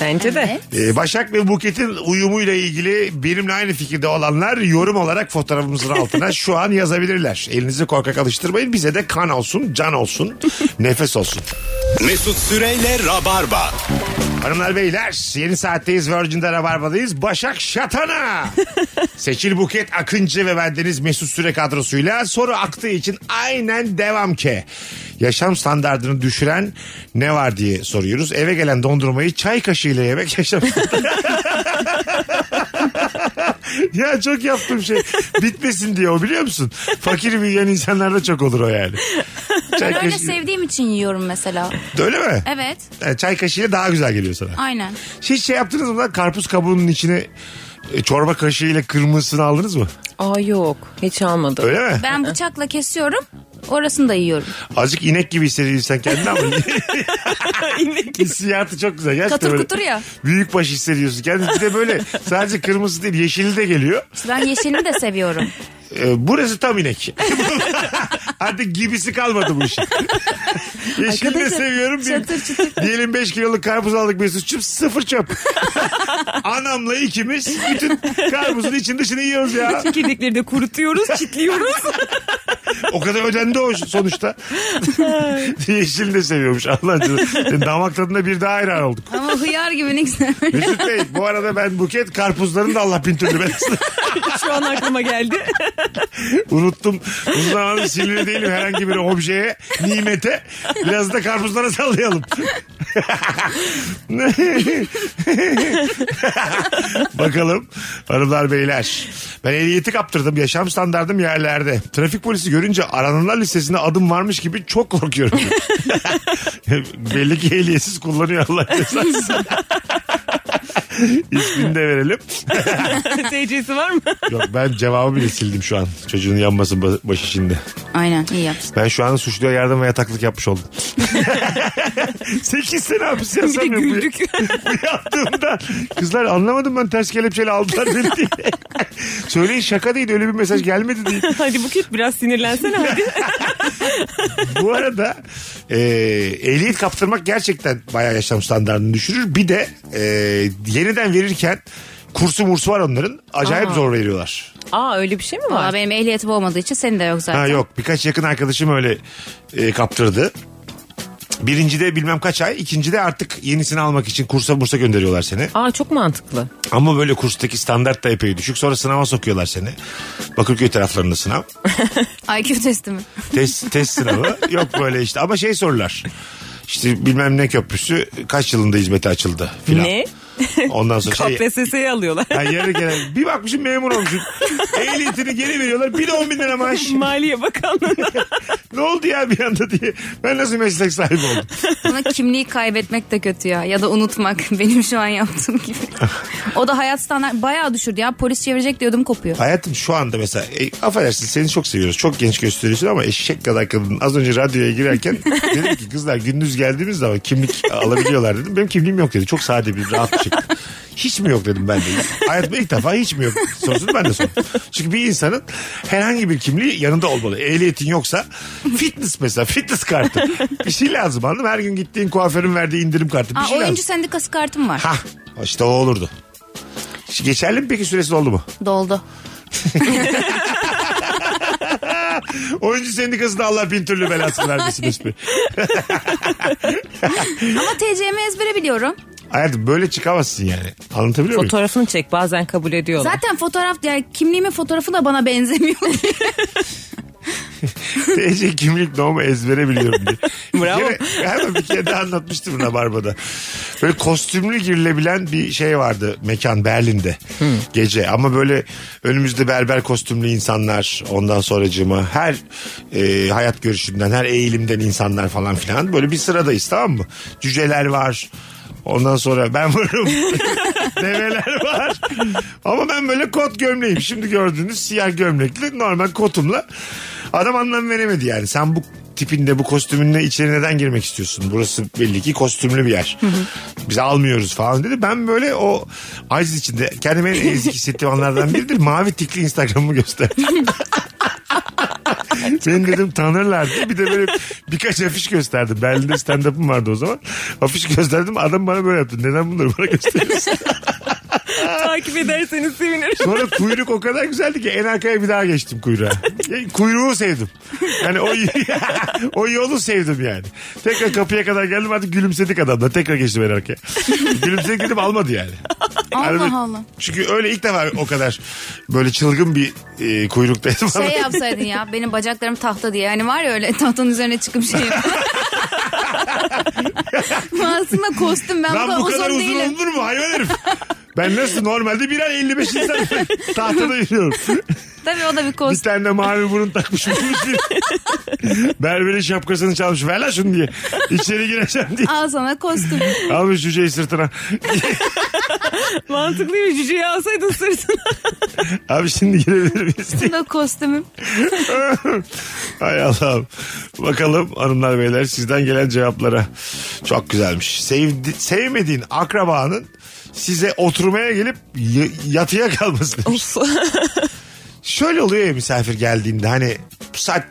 E: Bence de.
C: Ee, Başak ve Buket'in uyumuyla ilgili benimle aynı fikirde olanlar yorum olarak fotoğrafımızın altına şu an yazabilirler. Elinizi korkak alıştırmayın. Bize de kan olsun, can olsun, nefes olsun.
B: Mesut Süreyle Rabarba.
C: Hanımlar beyler yeni saatteyiz Virgin'de Rabarba'dayız. Başak Şatan'a. Seçil Buket Akıncı ve bendeniz Mesut Süre kadrosuyla soru aktığı için aynen devam ke. Yaşam standartını düşüren ne var diye soruyoruz. Eve gelen dondurmayı çay kaşığıyla yemek yaşam ya çok yaptığım şey bitmesin diye o biliyor musun? Fakir büyüyen insanlarda çok olur o yani. Çay
D: Ben öyle
C: kaşığı.
D: sevdiğim için yiyorum mesela.
C: Öyle mi?
D: Evet
C: E, Çay kaşığıyla daha güzel geliyor sana.
D: aynen.
C: Hiç şey yaptınız mı lan karpuz kabuğunun içine e, çorba kaşığıyla kırmızısını aldınız mı?
E: Aa yok. Hiç almadım.
C: Öyle mi?
D: Ben bıçakla kesiyorum orasını da yiyorum.
C: Azıcık inek gibi hissediyorsun sen kendini ama
E: İnek.
C: hissiyatı çok güzel. Gerçekten
D: Katır
C: böyle
D: kutur ya.
C: Büyük baş hissediyorsun kendini. Bir de böyle sadece kırmızı değil yeşili de geliyor.
D: Ben yeşilini de seviyorum.
C: E, burası tam inek. Artık gibisi kalmadı bu işin. Yeşili de
D: Arkadaşım,
C: seviyorum. Bir-
D: Çıtır çıtır.
C: Diyelim 5 kiloluk karpuz aldık Mesut'cum sıfır çöp. Anamla ikimiz bütün karpuzun için dışını yiyoruz ya.
E: Çekirdekleri de kurutuyoruz, çitliyoruz.
C: O kadar ödendi o sonuçta. Yeşil de seviyormuş Allah aşkına. Senin Damak tadında bir daha hayran olduk.
D: Ama hıyar gibi ne güzel.
C: Mesut Bey bu arada ben buket karpuzlarını da Allah bin türlü ben
E: Şu an aklıma geldi.
C: unuttum. Bu zamanın sinirli değilim herhangi bir objeye, nimete. Biraz da karpuzlara sallayalım. Bakalım hanımlar beyler. Ben ehliyeti kaptırdım. Yaşam standardım yerlerde. Trafik polisi görünce görünce arananlar listesinde adım varmış gibi çok korkuyorum. Belli ki ehliyetsiz kullanıyor Allah cezası. İsmini de verelim.
E: TC'si var mı?
C: Yok ben cevabı bile sildim şu an. Çocuğun yanması ba- başı şimdi.
D: Aynen iyi yapsın.
C: Ben şu an suçluya yardım ve yataklık yapmış oldum. 8 sene hapis
E: Bir de
C: yasam yok. Bu-
E: güldük.
C: Bu yaptığımda kızlar anlamadım ben ters kelepçeyle aldılar beni diye. Söyleyin şaka değil öyle bir mesaj gelmedi diye.
E: hadi Buket biraz sinirlensene hadi.
C: Bu arada e, ehliyet kaptırmak gerçekten bayağı yaşam standartını düşürür. Bir de e, yeniden verirken kursu mursu var onların. Acayip zor veriyorlar.
E: Aa öyle bir şey mi var?
D: Valla benim ehliyetim olmadığı için senin de yok zaten.
C: Ha yok birkaç yakın arkadaşım öyle e, kaptırdı. Birincide bilmem kaç ay, ikincide artık yenisini almak için kursa bursa gönderiyorlar seni.
E: Aa çok mantıklı.
C: Ama böyle kurstaki standart da epey düşük. Sonra sınava sokuyorlar seni. Bakırköy taraflarında sınav.
D: IQ testi mi?
C: test, test sınavı. Yok böyle işte ama şey sorular. İşte bilmem ne köprüsü kaç yılında hizmete açıldı filan.
E: Ne?
C: Ondan sonra şey,
E: KPSS'yi alıyorlar.
C: Ha, yarı gelen- bir bakmışım memur olmuşum. Ehliyetini geri veriyorlar. Bir de 10 bin lira maaş.
E: Maliye Bakanlığı'na.
C: ne oldu ya bir anda diye. Ben nasıl meslek sahibi oldum?
D: Buna kimliği kaybetmek de kötü ya. Ya da unutmak benim şu an yaptığım gibi. o da hayat standart bayağı düşürdü ya. Polis çevirecek diyordum kopuyor.
C: Hayatım şu anda mesela e, affedersin seni çok seviyoruz. Çok genç gösteriyorsun ama eşek kadar kadın. Az önce radyoya girerken dedim ki kızlar gündüz geldiğimiz zaman kimlik alabiliyorlar dedim. Benim kimliğim yok dedi. Çok sade bir rahat çıktı. Hiç mi yok dedim ben de. Hayatımda ilk defa hiç mi yok sorusunu ben de sordum. Çünkü bir insanın herhangi bir kimliği yanında olmalı. Ehliyetin yoksa fitness mesela fitness kartı. Bir şey lazım anladın mı? Her gün gittiğin kuaförün verdiği indirim kartı. Bir
D: Aa,
C: şey
D: oyuncu
C: lazım.
D: sendikası kartım var.
C: Hah işte o olurdu. Geçerli mi peki süresi doldu mu?
D: Doldu.
C: Oyuncu sendikasında Allah bin türlü belasını vermesin Hüsnü.
D: Ama TCM'yi ezbere biliyorum.
C: Hayatım böyle çıkamazsın yani. Anlatabiliyor muyum?
E: Fotoğrafını çek bazen kabul ediyorlar.
D: Zaten fotoğraf yani kimliğimin fotoğrafı da bana benzemiyor.
C: TC kimlik doğumu ezbere biliyorum diye.
E: Bravo.
C: Bir kere- Galiba bir kere daha anlatmıştım Rabarba'da. Böyle kostümlü girilebilen bir şey vardı mekan Berlin'de. Gece ama böyle önümüzde berber kostümlü insanlar ondan sonracığıma her e, hayat görüşünden her eğilimden insanlar falan filan böyle bir sıradayız tamam mı? Cüceler var. Ondan sonra ben varım. Develer var. Ama ben böyle kot gömleğim. Şimdi gördüğünüz siyah gömlekli normal kotumla. Adam anlam veremedi yani. Sen bu tipinde bu kostümünle içeri neden girmek istiyorsun? Burası belli ki kostümlü bir yer. Biz almıyoruz falan dedi. Ben böyle o aciz içinde kendimi en ezik hissettiğim anlardan biridir. Mavi tikli Instagram'ımı gösterdim. Benim dedim tanırlardı. Bir de böyle birkaç afiş gösterdim. Berlin'de stand-up'ım vardı o zaman. Afiş gösterdim. Adam bana böyle yaptı. Neden bunları bana gösteriyorsun?
E: Takip ederseniz sevinirim.
C: Sonra kuyruk o kadar güzeldi ki en arkaya bir daha geçtim kuyruğa. E, Kuyruğu sevdim. Yani o, o yolu sevdim yani. Tekrar kapıya kadar geldim artık gülümsedik adamla. Tekrar geçtim en arkaya. gülümsedik dedim almadı yani.
D: Allah
C: Halbuki-
D: Allah.
C: Çünkü öyle ilk defa o kadar böyle çılgın bir e, kuyruktaydım.
D: Şey yapsaydın ya benim bacaklarım tahta diye. Hani var ya öyle tahtanın üzerine çıkıp şey yap. Aslında kostüm ben bu
C: Lan
D: kadar
C: bu kadar
D: uzun
C: uzun
D: değilim.
C: olur mu hayvan herif? Ben nasıl normalde bir an 55 insan tahtada yürüyorum.
D: Tabii o da bir
C: Bir
D: kostüm.
C: tane de mavi burun takmış. oturmuş bir- Berberin şapkasını çalmış. Ver lan şunu diye. İçeri gireceğim diye.
D: Al sana kostüm.
C: Almış cüceyi sırtına.
E: Mantıklıymış cüceyi alsaydın sırtına.
C: Abi şimdi girebilir miyiz diye.
D: Bu da kostümüm.
C: Hay Allah'ım. Bakalım hanımlar beyler sizden gelen cevaplara. Çok güzelmiş. Sevdi, sevmediğin akrabanın size oturmaya gelip y- yatıya kalması demiş. Şöyle oluyor ya misafir geldiğinde hani bu saat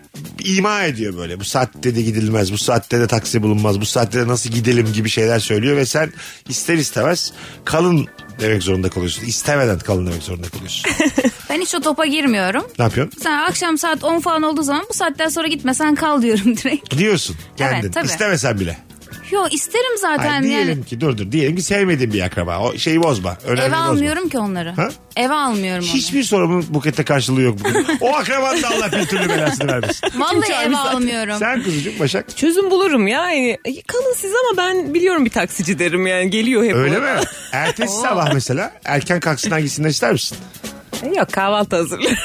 C: ima ediyor böyle. Bu saatte de gidilmez, bu saatte de taksi bulunmaz, bu saatte de nasıl gidelim gibi şeyler söylüyor ve sen ister istemez kalın demek zorunda kalıyorsun. İstemeden kalın demek zorunda kalıyorsun.
D: Ben hiç o topa girmiyorum.
C: ne yapıyorsun?
D: Sen akşam saat 10 falan olduğu zaman bu saatten sonra gitmesen kal diyorum direkt.
C: Gidiyorsun kendin.
D: tabii.
C: İstemesen bile.
D: Yo isterim zaten
C: Hayır, diyelim
D: yani.
C: ki dur dur diyelim ki sevmediğin bir akraba. O şeyi bozma. Önemli
D: Eve
C: bozma.
D: almıyorum ki onları.
C: Ha?
D: Eve almıyorum
C: Hiçbir sorunun bukette karşılığı yok bugün. o akraban da Allah bir türlü belasını vermesin.
D: onları. Vallahi eve almıyorum.
C: Sen kuzucuk Başak.
E: Çözüm bulurum ya. Yani, "Ay, kalın siz ama ben biliyorum bir taksici derim yani. Geliyor hep.
C: Öyle
E: o.
C: mi? Ertesi sabah
E: E,
C: mesela erken kalksın hangisinden ister misin?
E: Yok kahvaltı hazırlıyorum.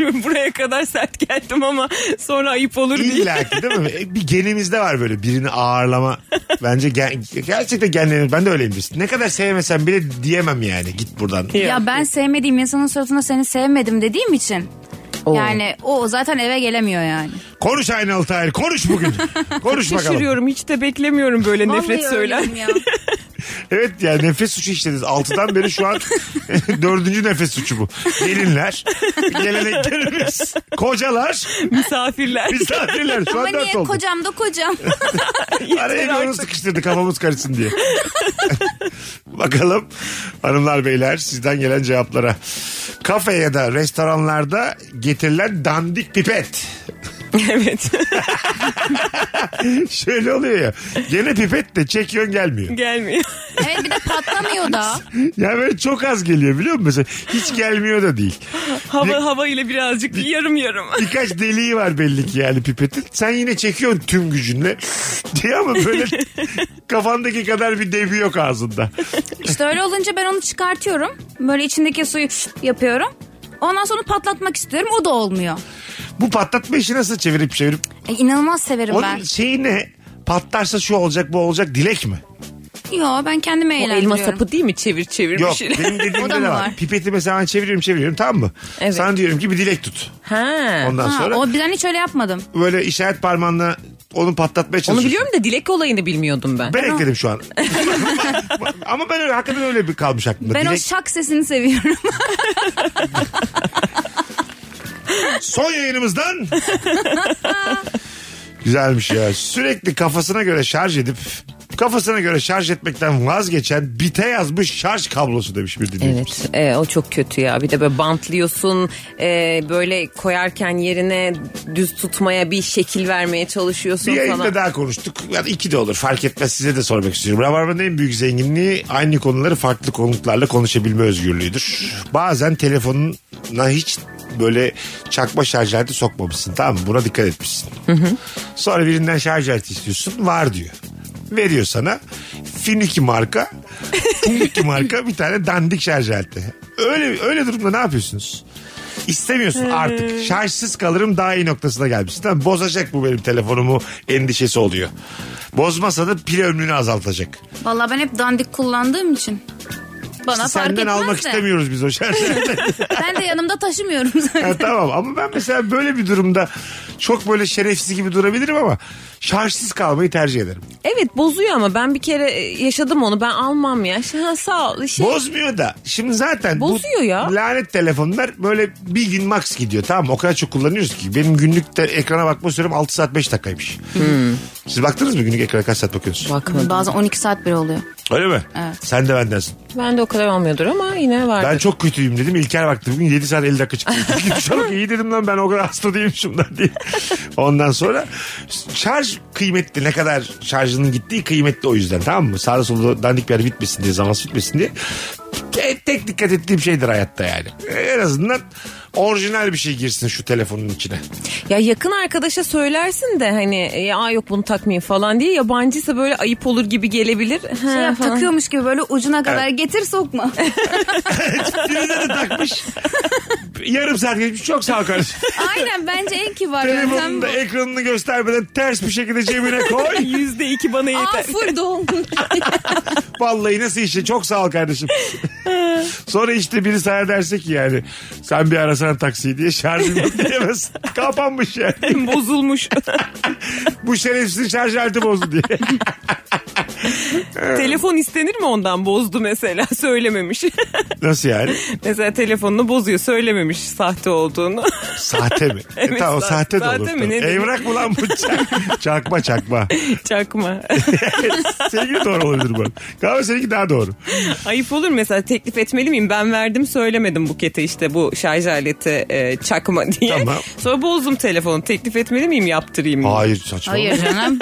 E: Buraya kadar sert geldim ama sonra ayıp olur diye.
C: İlla ki değil mi? E, Bir genimizde var böyle birini ağırlama. Bence gen, gerçekten genlerimiz. Ben de öyleyimdir. Ne kadar sevmesem bile diyemem yani. Git buradan.
D: Ya ben sevmediğim insanın suratına seni sevmedim dediğim için. Yani o zaten eve gelemiyor yani.
C: Konuş Aynalı Tahir. Konuş bugün. Konuş bakalım.
E: Şaşırıyorum hiç de beklemiyorum böyle nefret
D: Vallahi
E: söyler.
D: öyleyim ya.
C: Evet yani nefes suçu işlediniz. Altıdan beri şu an dördüncü nefes suçu bu. Gelinler, geleneklerimiz, kocalar,
E: Misafirler.
C: misafirler. Şu
D: Ama
C: an dört
D: niye
C: oldu.
D: kocam da kocam.
C: Araya bir onu sıkıştırdı kafamız karışsın diye. Bakalım hanımlar beyler sizden gelen cevaplara. Kafe ya da restoranlarda getirilen dandik pipet.
E: evet.
C: Şöyle oluyor ya. Gene pipet de çekiyorsun gelmiyor.
E: Gelmiyor.
D: evet bir de patlamıyor da.
C: Ya böyle çok az geliyor biliyor musun? Mesela hiç gelmiyor da değil.
E: Hava hava ile birazcık yarım yarım.
C: Birkaç deliği var belli ki yani pipetin. Sen yine çekiyorsun tüm gücünle. diye ama böyle kafandaki kadar bir debi yok ağzında.
D: İşte öyle olunca ben onu çıkartıyorum. Böyle içindeki suyu yapıyorum. Ondan sonra patlatmak istiyorum o da olmuyor.
C: Bu patlatma işi nasıl çevirip çevirip
D: E, inanılmaz severim
C: Onun
D: ben.
C: şeyi ne? Patlarsa şu olacak bu olacak dilek mi?
D: Yo ben kendime
E: O elma
D: eğlendiriyorum.
E: sapı değil mi çevir çevir bir
C: Yok
E: şeyler.
C: benim
D: şey- O
C: dediğimde
D: da
C: de
D: mı
C: var.
D: var?
C: Pipeti mesela ben çeviriyorum çeviriyorum tamam mı?
E: Evet.
C: Sana diyorum ki bir dilek tut.
E: Ha.
C: Ondan
D: Ha,
C: sonra
D: o ben hiç öyle yapmadım.
C: böyle işaret parmağınla onu patlatmaya
E: Onu
C: çalışıyorsun.
E: biliyorum da dilek olayını bilmiyordum ben.
C: Ben ekledim şu an. Ama ben öyle hakikaten öyle bir kalmış aklımda.
D: Ben o
C: Dilek,
D: şak sesini seviyorum.
C: Son yayınımızdan. Güzelmiş ya. Sürekli kafasına göre şarj edip kafasına göre şarj etmekten vazgeçen bite yazmış şarj kablosu demiş bir dinleyicimiz.
E: Evet e, o çok kötü ya bir de böyle bantlıyorsun e, böyle koyarken yerine düz tutmaya bir şekil vermeye çalışıyorsun
C: Bir
E: falan.
C: yayında daha konuştuk. Yani iki de olur fark etmez size de sormak istiyorum. Rabarba'nın en büyük zenginliği aynı konuları farklı konuklarla konuşabilme özgürlüğüdür. Bazen telefonuna hiç böyle çakma şarj aleti sokmamışsın tamam mı? Buna dikkat etmişsin. Sonra birinden şarj aleti istiyorsun var diyor. Veriyor sana Finiki marka Finiki marka bir tane dandik şarj aleti. Öyle, öyle durumda ne yapıyorsunuz?
D: Ee.
C: İstemiyorsun artık. Şarjsız kalırım daha iyi noktasına gelmişsin. Tamam, mı? bozacak bu benim telefonumu endişesi oluyor. Bozmasa da pil ömrünü azaltacak.
D: Valla ben hep dandik kullandığım için. Bana fark
C: Senden
D: etmez
C: almak
D: de.
C: istemiyoruz biz o şarjı.
D: Ben de yanımda taşımıyorum zaten.
C: Ha, tamam ama ben mesela böyle bir durumda çok böyle şerefsiz gibi durabilirim ama şarjsız kalmayı tercih ederim.
E: Evet bozuyor ama ben bir kere e, yaşadım onu ben almam ya Ha, sağ ol. Şey,
C: Bozmuyor da. Şimdi zaten
E: Bozuyor
C: bu
E: ya.
C: lanet telefonlar böyle bir gün max gidiyor. Tamam mı? o kadar çok kullanıyoruz ki. Benim günlük de ekrana bakma sürem 6 saat 5 dakikaymış. Siz baktınız mı günlük ekrana kaç saat bakıyorsunuz?
E: Bakmadım.
D: Bazen 12 saat bile oluyor.
C: Öyle mi?
D: Evet.
C: Sen de bendensin.
E: Ben de o kadar olmuyordur ama yine vardı.
C: Ben çok kötüyüm dedim. İlker baktı bugün 7 saat 50 dakika çıktı. çok iyi dedim lan ben o kadar hasta değilmişim lan diye. Ondan sonra şarj kıymetli ne kadar şarjının gittiği kıymetli o yüzden tamam mı? Sağda solda dandik bir yer bitmesin diye zamansız bitmesin diye. Te- Tek dikkat ettiğim şeydir hayatta yani. En azından orijinal bir şey girsin şu telefonun içine.
E: Ya yakın arkadaşa söylersin de hani ya yok bunu takmayayım falan diye yabancıysa böyle ayıp olur gibi gelebilir. Ha,
D: Şey yap,
E: falan.
D: takıyormuş gibi böyle ucuna kadar getir sokma.
C: Birine de takmış. Yarım saat geçmiş çok sağ ol kardeşim.
D: Aynen bence en kibar yöntem
C: Telefonun
D: bu.
C: da ekranını göstermeden ters bir şekilde cebine koy.
E: Yüzde iki bana
D: Aa
E: yeter.
D: full dolmuş.
C: Vallahi nasıl işe çok sağ ol kardeşim. Sonra işte biri sana derse ki yani sen bir arasana taksiyi diye şarjım yok diyemez. Kapanmış yani.
E: Bozulmuş.
C: Bu şerefsiz şarj aleti bozdu diye.
E: Telefon istenir mi ondan bozdu mesela söylememiş.
C: Nasıl yani?
E: mesela telefonunu bozuyor söylememiş sahte olduğunu.
C: Sahte mi? E
E: Evet,
C: tamam
E: sa-
C: sahte de
E: sahte
C: olur.
E: mi?
C: tabii.
E: Ne demek?
C: Evrak mı lan bu? Çak- çakma çakma.
E: Çakma.
C: seninki doğru olabilir bu. Galiba seninki daha doğru.
E: Ayıp olur mu? mesela teklif etmeli miyim? Ben verdim söylemedim bukete işte bu şarj aleti e, çakma diye.
C: Tamam.
E: Sonra bozdum telefonu. Teklif etmeli miyim yaptırayım? mı?
C: Hayır saçma.
D: Hayır canım.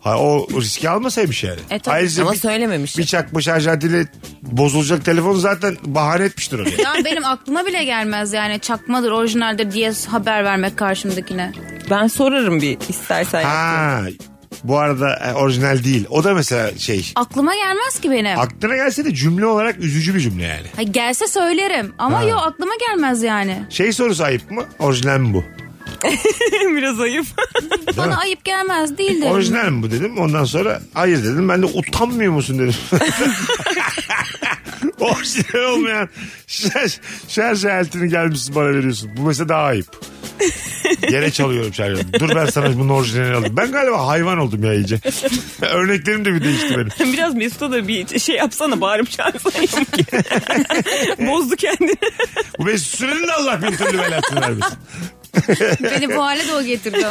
C: Ha, o riski almasaymış yani.
D: E, tabii.
C: Ayrıca
E: Ama
C: bir,
E: söylememiş.
C: bir çakma şarj aletiyle bozulacak telefon zaten bahane etmiştir oraya.
D: Ya benim aklıma bile gelmez yani çakmadır orijinaldir diye haber vermek karşımdakine.
E: Ben sorarım bir istersen.
C: Ha Bu arada e, orijinal değil. O da mesela şey.
D: Aklıma gelmez ki benim.
C: Aklına gelse de cümle olarak üzücü bir cümle yani.
D: Ha, gelse söylerim ama yo aklıma gelmez yani.
C: Şey sorusu ayıp mı? Orijinal mi bu?
E: Biraz ayıp.
D: Bana ayıp gelmez değil derim.
C: Orijinal mi bu dedim. Ondan sonra hayır dedim. Ben de utanmıyor musun dedim. Orijinal olmayan şer, şer şeritini gelmişsin bana veriyorsun. Bu mesela daha ayıp. Yere çalıyorum şarkıyı. Dur ben sana bunun orijinalini alayım. Ben galiba hayvan oldum ya iyice. Örneklerim de bir değişti benim.
E: Biraz Mesut'a da bir şey yapsana bağırıp çağırsaydım ki. Bozdu kendini.
C: Bu Mesut Süren'in de Allah bir türlü belasını vermesin.
D: Beni bu hale de o getirdi.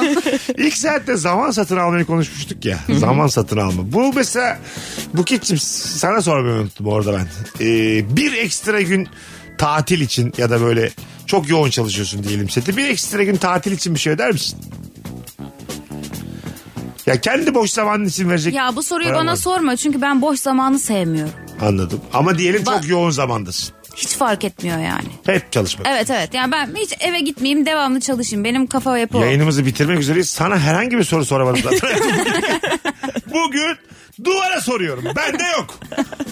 C: İlk saatte zaman satın almayı konuşmuştuk ya. zaman satın alma. Bu mesela Bukit'cim sana sormayı unuttum orada ben. Ee, bir ekstra gün tatil için ya da böyle çok yoğun çalışıyorsun diyelim seti. Bir ekstra gün tatil için bir şey öder misin? Ya kendi boş zamanın için verecek.
D: ya bu soruyu
C: param
D: bana
C: var.
D: sorma çünkü ben boş zamanı sevmiyorum.
C: Anladım. Ama diyelim çok
D: Ba-
C: yoğun zamandasın.
D: Hiç fark etmiyor yani.
C: Hep çalışmak.
D: Evet evet yani ben hiç eve gitmeyeyim devamlı çalışayım. Benim kafa yapı o.
C: Yayınımızı bitirmek üzereyiz. Sana herhangi bir soru soramadım zaten. Bugün duvara soruyorum. Bende yok.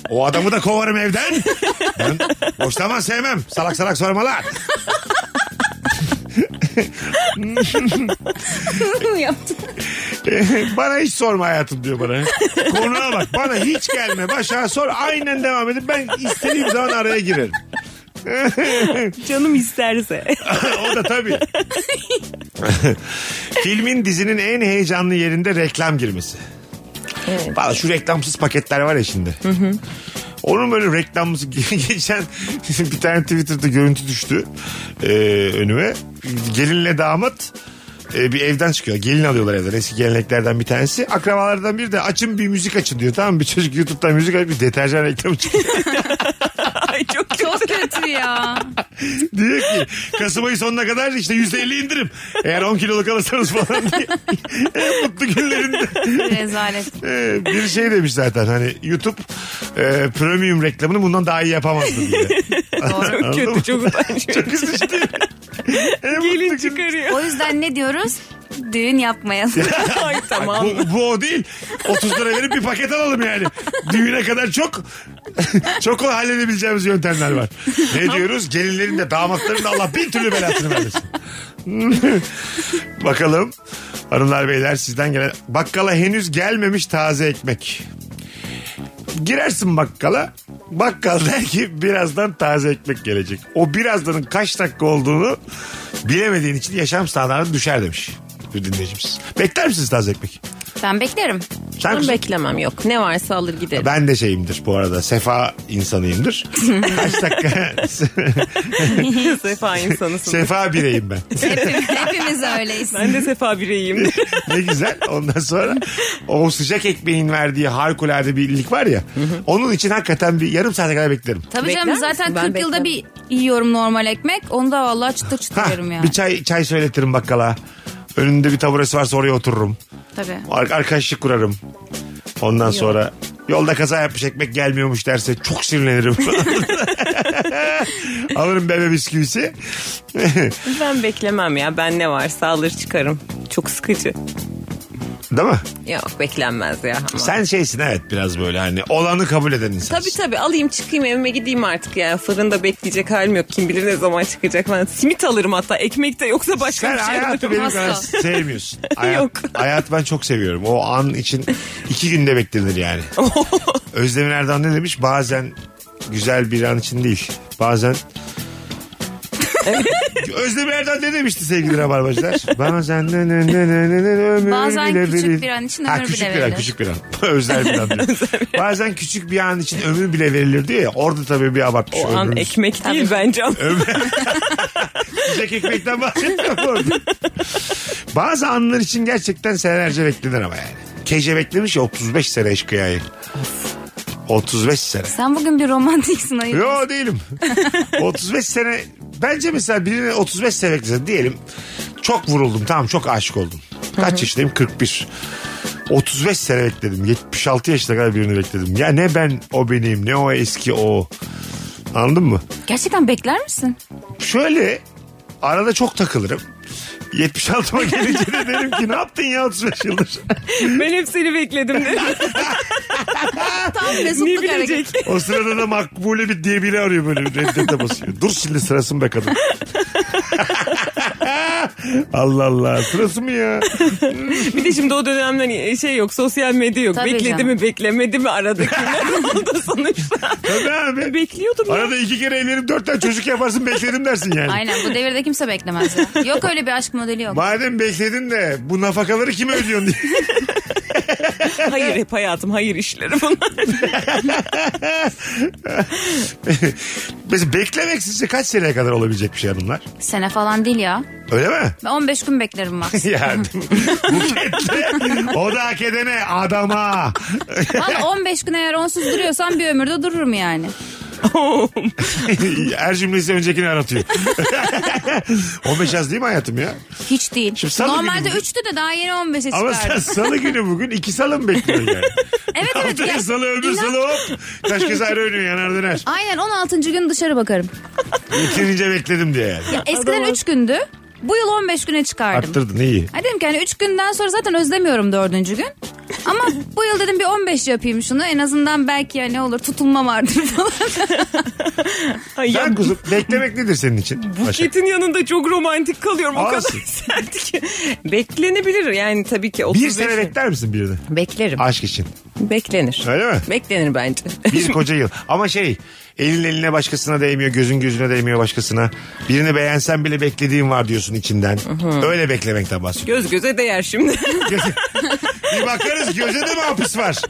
C: O adamı da kovarım evden. Ben boş zaman sevmem. Salak salak sormalar.
D: Yaptım.
C: bana hiç sorma hayatım diyor bana. Konuğa bak. Bana hiç gelme. Başa sor. Aynen devam edin. Ben istediğim zaman araya girerim.
E: Canım isterse.
C: o da tabii. Filmin dizinin en heyecanlı yerinde reklam girmesi.
E: Evet.
C: Valla şu reklamsız paketler var ya şimdi. Onun böyle reklamlısı geçen bir tane Twitter'da görüntü düştü e, önüme. Gelinle damat e, bir evden çıkıyor. Gelin alıyorlar evden. Eski geleneklerden bir tanesi. Akrabalardan biri de açın bir müzik açın diyor. Tamam mı? bir çocuk YouTube'dan müzik açıp bir deterjan reklamı çıkıyor.
E: Ay çok kötü.
D: Çok kötü ya.
C: diyor ki Kasım ayı sonuna kadar işte %50 indirim. Eğer 10 kiloluk alırsanız falan diye. en mutlu günlerinde.
D: Rezalet.
C: Ee, bir şey demiş zaten hani YouTube e, premium reklamını bundan daha iyi yapamazdı diye.
E: Çok kötü çok utanç
C: Çok üzücü değil mi? En
E: Gelin
C: E, mutlu gün-
E: çıkarıyor.
D: O yüzden ne diyoruz? Düğün yapmayalım.
E: Ay tamam.
C: Bu, bu o değil. 30 lira verip bir paket alalım yani. Düğüne kadar çok çok kolay halledebileceğimiz yöntemler var. Ne diyoruz? Gelinlerin de damatların da Allah bin türlü belasını vermesin. Bakalım hanımlar beyler sizden gelen bakkala henüz gelmemiş taze ekmek. Girersin bakkala bakkal der ki birazdan taze ekmek gelecek. O birazdanın kaç dakika olduğunu bilemediğin için yaşam standartın düşer demiş bir dinleyicimiz. Bekler misiniz taze ekmek?
D: Ben beklerim.
C: Sen
E: Ben
C: kızım-
E: beklemem yok. Ne varsa alır giderim.
C: E, ben de şeyimdir bu arada. Sefa insanıyımdır. Kaç dakika?
E: sefa insanısın.
C: sefa bireyim ben.
D: Hepimiz, hepimiz öyleyiz.
E: ben de sefa bireyim.
C: ne güzel. Ondan sonra o sıcak ekmeğin verdiği harikulade bir iyilik var ya. onun için hakikaten bir yarım saate kadar beklerim.
D: Tabii
E: Bekler
D: canım
E: misin?
D: zaten
E: Ben
D: 40 yılda bir yiyorum normal ekmek. Onu da vallahi çıtır çıtır
C: Ha,
D: yerim yani.
C: bir çay çay söyletirim bakkala. Önünde bir taburesi varsa oraya otururum.
D: Tabii.
C: Ar- arkadaşlık kurarım. Ondan sonra yolda kaza yapmış ekmek gelmiyormuş derse çok sinirlenirim. Alırım bebe bisküvisi.
E: ben beklemem ya. Ben ne varsa alır çıkarım. Çok sıkıcı.
C: Değil mi?
E: Yok beklenmez ya. Ama.
C: Sen şeysin evet biraz böyle hani olanı kabul eden insan.
E: Tabii tabii alayım çıkayım evime gideyim artık ya. Fırında bekleyecek halim yok. Kim bilir ne zaman çıkacak. Ben simit alırım hatta. Ekmek de yoksa başka
C: Sen
E: bir şey
C: hayatı
E: alırım.
C: benim
D: Asla.
C: kadar sevmiyorsun. Hayat,
E: Yok.
C: Hayat ben çok seviyorum. O an için iki günde beklenir yani. Özdemir Erdoğan ne demiş? Bazen güzel bir an için değil. Bazen Özdemir Erdoğan ne demişti sevgili Rabarbacılar? Bazen ne ne ne ne ne ne ömür
D: Bazen
C: bile
D: küçük
C: veril-
D: bir an için
C: Ha,
D: ömür
C: küçük
D: bile
C: bir an,
D: verilir.
C: küçük bir an. Özel bir an diyor. Bazen küçük bir an için ömür bile verilir diyor ya. Orada tabii bir abartmış.
E: O an
C: ömrümüz.
E: ekmek değil bence ama.
C: Sıcak ekmekten bahsetmiyorum orada. Bazı anlar için gerçekten senelerce beklenir ama yani. Kece beklemiş ya 35 sene eşkıyayı. 35 sene.
D: Sen bugün bir romantiksin ayıp.
C: Yo değilim. 35 sene bence mesela birine 35 sene beklese diyelim çok vuruldum tamam çok aşık oldum. Kaç yaşındayım? 41. 35 sene bekledim. 76 yaşına kadar birini bekledim. Ya ne ben o benim ne o eski o. Anladın mı?
D: Gerçekten bekler misin?
C: şöyle arada çok takılırım. 76'ma gelince de derim ki ne yaptın ya 35 yıldır.
E: ben hep seni bekledim. de.
D: Tam
E: ne
D: mesutluk
E: bilecek?
D: hareket.
C: O sırada da makbule bir diye biri arıyor böyle reddete basıyor. Dur şimdi sırası mı be kadın? Allah Allah sırası mı ya?
E: Bir de şimdi o dönemden şey yok sosyal medya yok.
D: Tabii
E: Bekledi
D: canım.
E: mi beklemedi mi arada kimler oldu sonuçta.
C: Tabii abi.
E: Bekliyordum ya.
C: Arada iki kere evlenip dört tane çocuk yaparsın bekledim dersin yani.
D: Aynen bu devirde kimse beklemez ya. Yok öyle bir aşk modeli yok.
C: Madem bekledin de bu nafakaları kime ödüyorsun diye.
E: Hayır hep hayatım hayır işleri bunlar.
C: Mesela beklemek sizce kaç seneye kadar olabilecek bir şey hanımlar?
D: Sene falan değil ya.
C: Öyle mi?
D: Ben 15 gün beklerim max.
C: yani buketle o da hak edene adama.
D: Valla 15 gün eğer onsuz duruyorsam bir ömürde dururum yani.
C: Her cümlesi öncekini aratıyor. 15 az değil mi hayatım ya?
D: Hiç değil.
C: Şimdi salı
D: Normalde
C: günü bu.
D: 3'tü de daha yeni 15'e
C: Ama sen
D: çıkardım.
C: salı günü bugün iki salı mı bekliyorsun yani?
D: Evet evet.
C: Haftaya
D: ya-
C: salı öbür
D: İnan-
C: salı hop. Kaç kez ayrı oynuyor yanar döner.
D: Aynen 16. gün dışarı bakarım.
C: Yeterince bekledim diye yani.
D: Ya eskiden 3 gündü. Bu yıl 15 güne çıkardım.
C: Arttırdın iyi.
D: Ha dedim ki hani 3 günden sonra zaten özlemiyorum dördüncü gün. Ama bu yıl dedim bir 15 yapayım şunu. En azından belki ya ne olur tutulma vardır falan.
E: Ay, ya
C: Sen kuzum beklemek nedir senin için? Başak?
E: Buketin yanında çok romantik kalıyorum. O kadar
C: Olsun.
E: sert ki. Beklenebilir yani tabii ki. 35
C: Bir sene bekler misin birini?
E: Beklerim.
C: Aşk için.
E: Beklenir.
C: Öyle mi?
E: Beklenir bence.
C: Bir koca yıl. Ama şey elin eline başkasına değmiyor gözün gözüne değmiyor başkasına. Birini beğensen bile beklediğin var diyorsun içinden. Öyle beklemekten bahsediyorum.
E: Göz göze değer şimdi.
C: Bir bakarız göze de mi hapis var?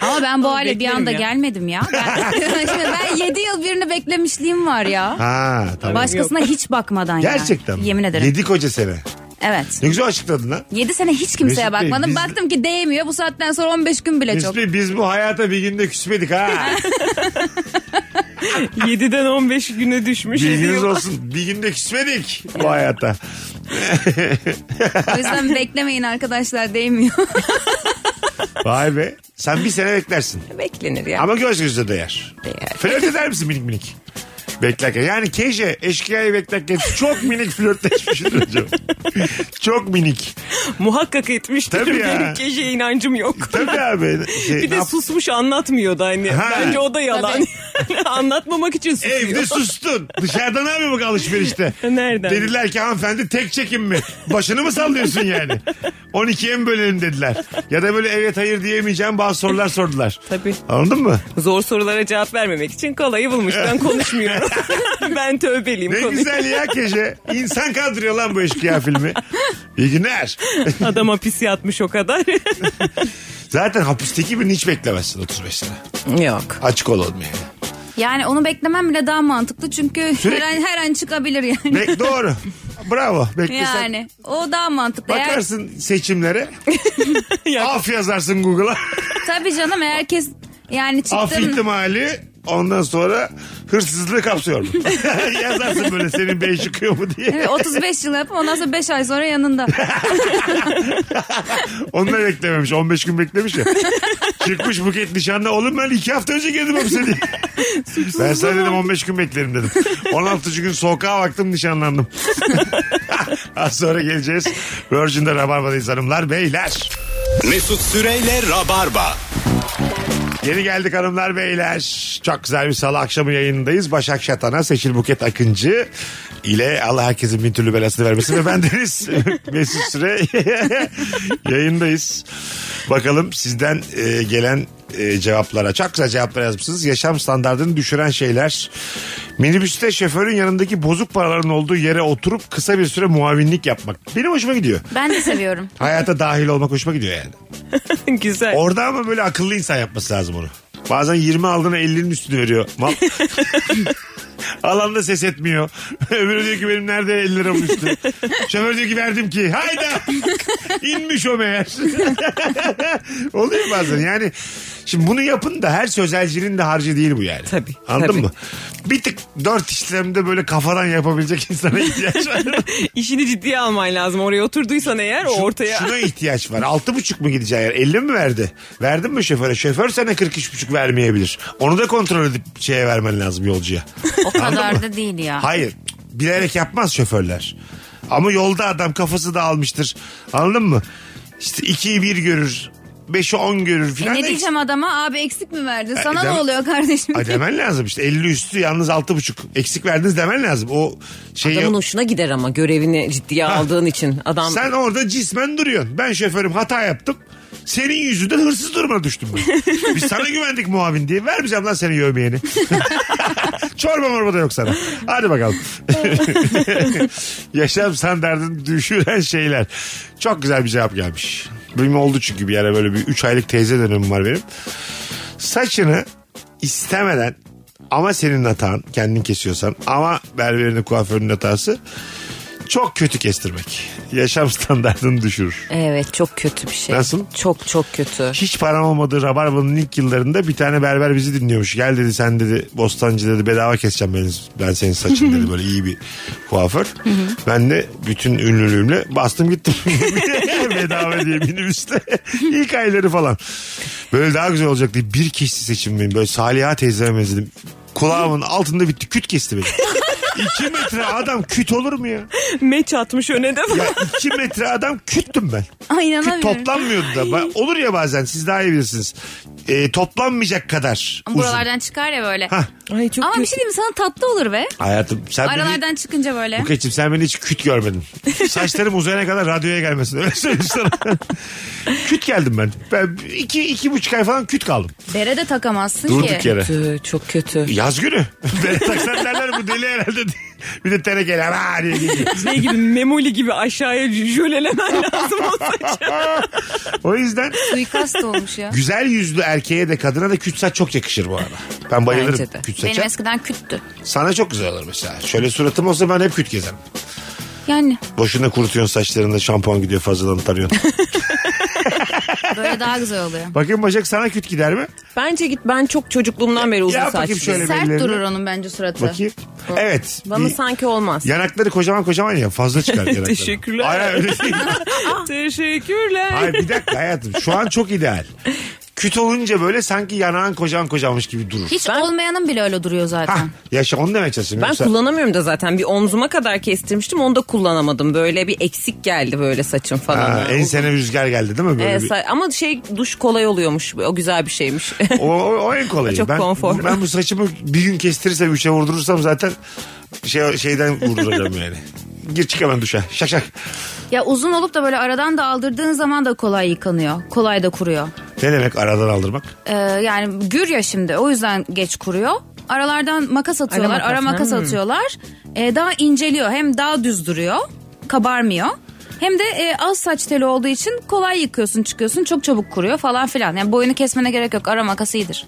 D: Ama ben bu hale bir
E: beklerim
D: anda
E: ya.
D: gelmedim ya. Ben, Şimdi ben 7 yıl birini beklemişliğim var ya.
C: Ha tamam.
D: Başkasına hiç bakmadan
C: Gerçekten
D: yani.
C: mi?
D: Yemin ederim.
C: Yedi koca sene.
D: Evet.
C: Ne güzel açıkladın ha.
D: 7 sene hiç kimseye
C: Mesut Bey,
D: bakmadım.
C: biz-
D: Baktım ki değmiyor. Bu saatten sonra 15 gün bile çok.
C: Mesut Bey, biz bu hayata bir günde küsmedik ha.
E: 7'den 15 güne düşmüş.
D: şey
C: Bilginiz olsun. Bir günde küsmedik bu hayata.
D: O yüzden beklemeyin arkadaşlar değmiyor.
C: Vay be. Sen bir sene beklersin.
E: Beklenir ya.
C: Ama göz göze değer.
E: Değer.
C: Flört eder misin minik minik? Beklerken. Yani keşke eşkıyayı beklerken çok minik flörtleşmiştir hocam. çok minik.
E: Muhakkak etmiştir.
C: Tabii ya.
E: Benim gece inancım yok.
C: Tabii abi. Şey,
E: Bir
C: ne
E: de
C: yap-
E: susmuş anlatmıyordu hani.
C: Ha.
E: Bence o da yalan. Anlatmamak için susuyor.
C: Evde sustun. Dışarıda ne yapıyor bak alışverişte?
E: Nereden?
C: Dediler ki hanımefendi tek çekim mi? Başını mı sallıyorsun yani? 12'ye mi bölelim dediler. Ya da böyle evet hayır diyemeyeceğim bazı sorular sordular.
E: Tabii.
C: Anladın mı?
E: Zor sorulara cevap vermemek için kolayı bulmuş. Ben konuşmuyorum. ben tövbeliyim.
C: Ne
E: konuyu.
C: güzel ya keşe. İnsan kandırıyor lan bu eşkıya filmi. İyi günler.
E: Adam hapis yatmış o kadar.
C: Zaten hapisteki birini hiç beklemezsin 35 sene.
E: Yok.
C: Açık olalım yani.
D: Yani onu beklemem bile daha mantıklı. Çünkü her an, her an çıkabilir yani.
C: Bek doğru. Bravo. Beklesen.
D: Yani o daha mantıklı. Eğer-
C: Bakarsın seçimlere. Af yazarsın Google'a.
D: tabii canım eğer kes yani
C: Af
D: çıktın
C: ihtimali ondan sonra hırsızlığı kapsıyor mu? yazarsın böyle senin beyin çıkıyor mu diye.
D: Evet, 35 yıl yapıp ondan sonra 5 ay sonra yanında.
C: Onu da beklememiş. 15 gün beklemiş ya. Çıkmış buket nişanlı. Oğlum ben 2 hafta önce girdim hapse diye. ben sana dedim 15 gün beklerim dedim. 16. gün sokağa baktım nişanlandım. Az sonra geleceğiz. Virgin'de Rabarba'dayız hanımlar beyler.
B: Mesut Süreyle Rabarba.
C: Geri geldik hanımlar beyler. Çok güzel bir salı akşamı yayındayız. Başak Şatan'a Seçil Buket Akıncı ile Allah herkesin bin türlü belasını vermesin. Ve bendeniz Mesut Süre yayındayız. Bakalım sizden e, gelen e, cevaplara. Çok güzel cevaplar yazmışsınız. Yaşam standartını düşüren şeyler. Minibüste şoförün yanındaki bozuk paraların olduğu yere oturup kısa bir süre muavinlik yapmak. Benim hoşuma gidiyor.
D: Ben de seviyorum.
C: Hayata dahil olmak hoşuma gidiyor yani.
E: güzel.
C: Orada ama böyle akıllı insan yapması lazım onu. Bazen 20 aldığına 50'nin üstünü veriyor. Mal. Alan da ses etmiyor. Öbürü diyor ki benim nerede 50 liram üstü. Şoför diyor ki verdim ki. Hayda. İnmiş o meğer. Oluyor bazen yani. Şimdi bunu yapın da her sözelcinin de harcı değil bu yani.
E: Tabii,
C: Anladın
E: tabii.
C: mı? Bir tık dört işlemde böyle kafadan yapabilecek insana ihtiyaç var.
E: İşini ciddiye alman lazım. Oraya oturduysan eğer o
C: Şu-
E: ortaya.
C: Şuna ihtiyaç var. Altı buçuk mu gideceği yer? 50 mi verdi? Verdin mi şoföre? Şoför sana 43 buçuk vermeyebilir. Onu da kontrol edip şeye vermen lazım yolcuya.
D: O kadar da değil ya.
C: Hayır. Bilerek yapmaz şoförler. Ama yolda adam kafası dağılmıştır. Anladın mı? İşte 2'yi 1 görür. 5'i 10 görür
D: E
C: filan.
D: ne diyeceğim adama abi eksik mi verdin
C: E,
D: sana
C: dem-
D: ne oluyor kardeşim?
C: Ay demen lazım işte 50 üstü yalnız 6,5 eksik verdiniz demen lazım. O şey şeyi
E: Adamın hoşuna gider ama görevini ciddiye aldığın için. Adam
C: sen orada cismen duruyorsun. Ben şoförüm hata yaptım. Senin yüzünden hırsız duruma düştüm ben. Biz sana güvendik muavin diye. Vermeyeceğim lan seni yövmeyeni. Çorba morba da yok sana. Hadi bakalım. Yaşam standartını düşüren şeyler. Çok güzel bir cevap gelmiş. Benim oldu çünkü bir ara böyle bir 3 aylık teyze dönemim var benim. Saçını istemeden ama senin hatan kendin kesiyorsan ama berberinin kuaförünün hatası çok kötü kestirmek. Yaşam standartını düşürür.
E: Evet çok kötü bir şey.
C: Nasıl?
E: Çok çok kötü.
C: Hiç param olmadığı Rabarba'nın ilk yıllarında bir tane berber bizi dinliyormuş. Gel dedi sen dedi Bostancı dedi bedava keseceğim ben, ben senin saçını dedi böyle iyi bir kuaför. ben de bütün ünlülüğümle bastım gittim. bedava diye minibüsle. ilk ayları falan. Böyle daha güzel olacak diye bir kişi seçim benim. Böyle Saliha teyzeme benzedim. Kulağımın altında bitti küt kesti beni. İki metre adam küt olur mu ya?
E: Meç atmış öne de.
C: Ya iki metre adam küttüm ben.
D: Ay
C: Küt
D: inanamıyorum.
C: toplanmıyordu da. Ba- Olur ya bazen siz daha iyi bilirsiniz. Ee, toplanmayacak kadar
D: Ama
C: uzun.
D: Buralardan çıkar ya böyle.
C: Hah.
E: Ay çok
D: Ama
E: kötü.
D: bir şey diyeyim mi? sana tatlı olur be.
C: Hayatım sen beni...
D: Aralardan çıkınca böyle.
C: Buket'cim sen beni hiç küt görmedin. Saçlarım uzayana kadar radyoya gelmesin. Öyle söyleyeyim sana. küt geldim ben. Ben iki, iki buçuk ay falan küt kaldım.
D: Bere de takamazsın
C: Durduk
D: ki.
C: yere.
E: kötü. Çok kötü.
C: Yaz günü. Beni taksan derler bu deli herhalde. bir de terekele. Ha diye geliyor.
E: Şey gibi memoli gibi aşağıya jölelemen lazım o saçı.
C: O yüzden
D: Suikast olmuş ya.
C: güzel yüzlü erkeğe de kadına da küt saç çok yakışır bu arada. Ben bayılırım
E: Bence de.
C: küt
D: Benim
C: saça.
D: eskiden küttü.
C: Sana çok güzel olur mesela. Şöyle suratım olsa ben hep küt gezerim.
D: Yani
C: Boşuna kurutuyorsun saçlarında şampuan gidiyor fazladan tarıyorsun.
D: böyle daha güzel oluyor.
C: Bakayım Başak sana küt gider mi?
E: Bence git ben çok çocukluğumdan beri uzun
C: Yap bakayım şöyle.
E: saçlıyım.
D: Sert
C: bellerini.
D: durur onun bence suratı.
C: Bakayım. Evet.
E: Bana
C: Bir-
E: sanki olmaz.
C: Yanakları kocaman kocaman ya fazla çıkar yanakları.
E: Teşekkürler.
C: Hayır hayır, öyle değil.
E: Teşekkürler.
C: Hayır bir dakika hayatım şu an çok ideal. Küt olunca böyle sanki yanağın kocaman kocamış gibi durur.
D: Hiç olmayanın bile öyle duruyor
C: Hah,
D: zaten.
C: yaşa onu demeye çalışıyorum.
E: Ben
C: Yoksa-
E: kullanamıyorum da zaten bir omzuma kadar kestirmiştim onu da kullanamadım. Böyle bir eksik geldi böyle saçım falan.
C: Ha, ensene rüzgar geldi değil mi? Böyle
E: Ee,
C: bir-
E: sa- ama şey duş kolay oluyormuş. O güzel bir şeymiş.
C: O, o, o en kolayı.
E: Çok
C: ben,
E: konfor.
C: Ben bu saçımı bir gün kestirirsem, üçe vurdurursam zaten şey, şeyden vurduracağım yani. Gir çık hemen duşa. Şak şak.
D: Ya uzun olup da böyle aradan da aldırdığın zaman da kolay yıkanıyor. Kolay da kuruyor.
C: Ne demek aradan aldırmak?
D: Ee, yani gür ya şimdi o yüzden geç kuruyor. Aralardan makas atıyorlar,
E: makas,
D: ara makas
E: hmm.
D: atıyorlar. Ee, daha inceliyor, hem daha düz duruyor, kabarmıyor. Hem de e, az saç teli olduğu için kolay yıkıyorsun, çıkıyorsun, çok çabuk kuruyor falan filan. Yani boyunu kesmene gerek yok, ara makas iyidir.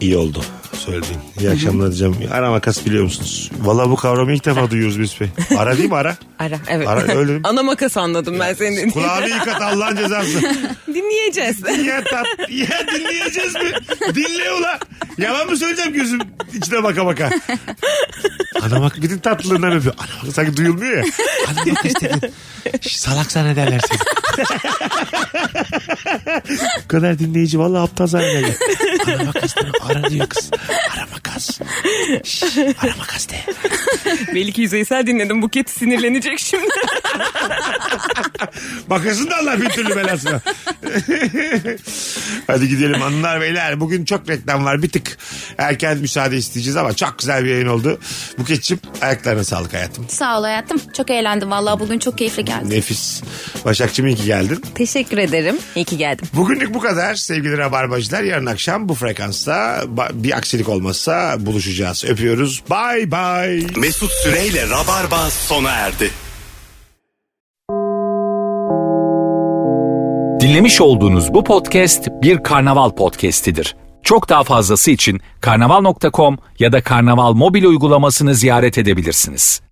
C: İyi oldu söylediğin. İyi akşamlar diyeceğim. Ara makas biliyor musunuz? Valla bu kavramı ilk defa duyuyoruz biz Bey. Ara değil mi ara?
E: Ara evet.
C: Ara, öyle-
E: Ana makas anladım ben senin dediğini.
C: Kulağını yıkat Allah'ın cezası.
E: Dinleyeceğiz.
C: Ya, tat, ya dinleyeceğiz mi? Dinle ula. Yalan mı söyleyeceğim gözüm içine baka baka. Ana bak bir de tatlılığından öpüyor. Ana bak sanki duyulmuyor ya. Ana bak istedin. Salak sana derler seni. Bu kadar dinleyici valla aptal zannediyor. Ana bak istedin ara diyor kız. Ara makas. Şş, ara makas de.
E: Belki yüzeysel dinledim. Buket sinirlenecek şimdi.
C: Bakasın da Allah bir türlü belasına. Hadi gidelim hanımlar beyler. Bugün çok reklam var. Bir tık erken müsaade isteyeceğiz ama çok güzel bir yayın oldu. Buketçim ayaklarına sağlık hayatım.
D: Sağ ol hayatım, çok eğlendim vallahi bugün çok keyifli geldi.
C: Nefis. Başakçım iyi ki geldin.
E: Teşekkür ederim. İyi ki geldim.
C: Bugünlük bu kadar sevgili Rabarbacılar. Yarın akşam bu frekansta ba- bir aksilik olmazsa buluşacağız. Öpüyoruz. Bay bay.
B: Mesut Süreyle Rabarba sona erdi.
A: Dinlemiş olduğunuz bu podcast bir karnaval podcastidir. Çok daha fazlası için karnaval.com ya da karnaval mobil uygulamasını ziyaret edebilirsiniz.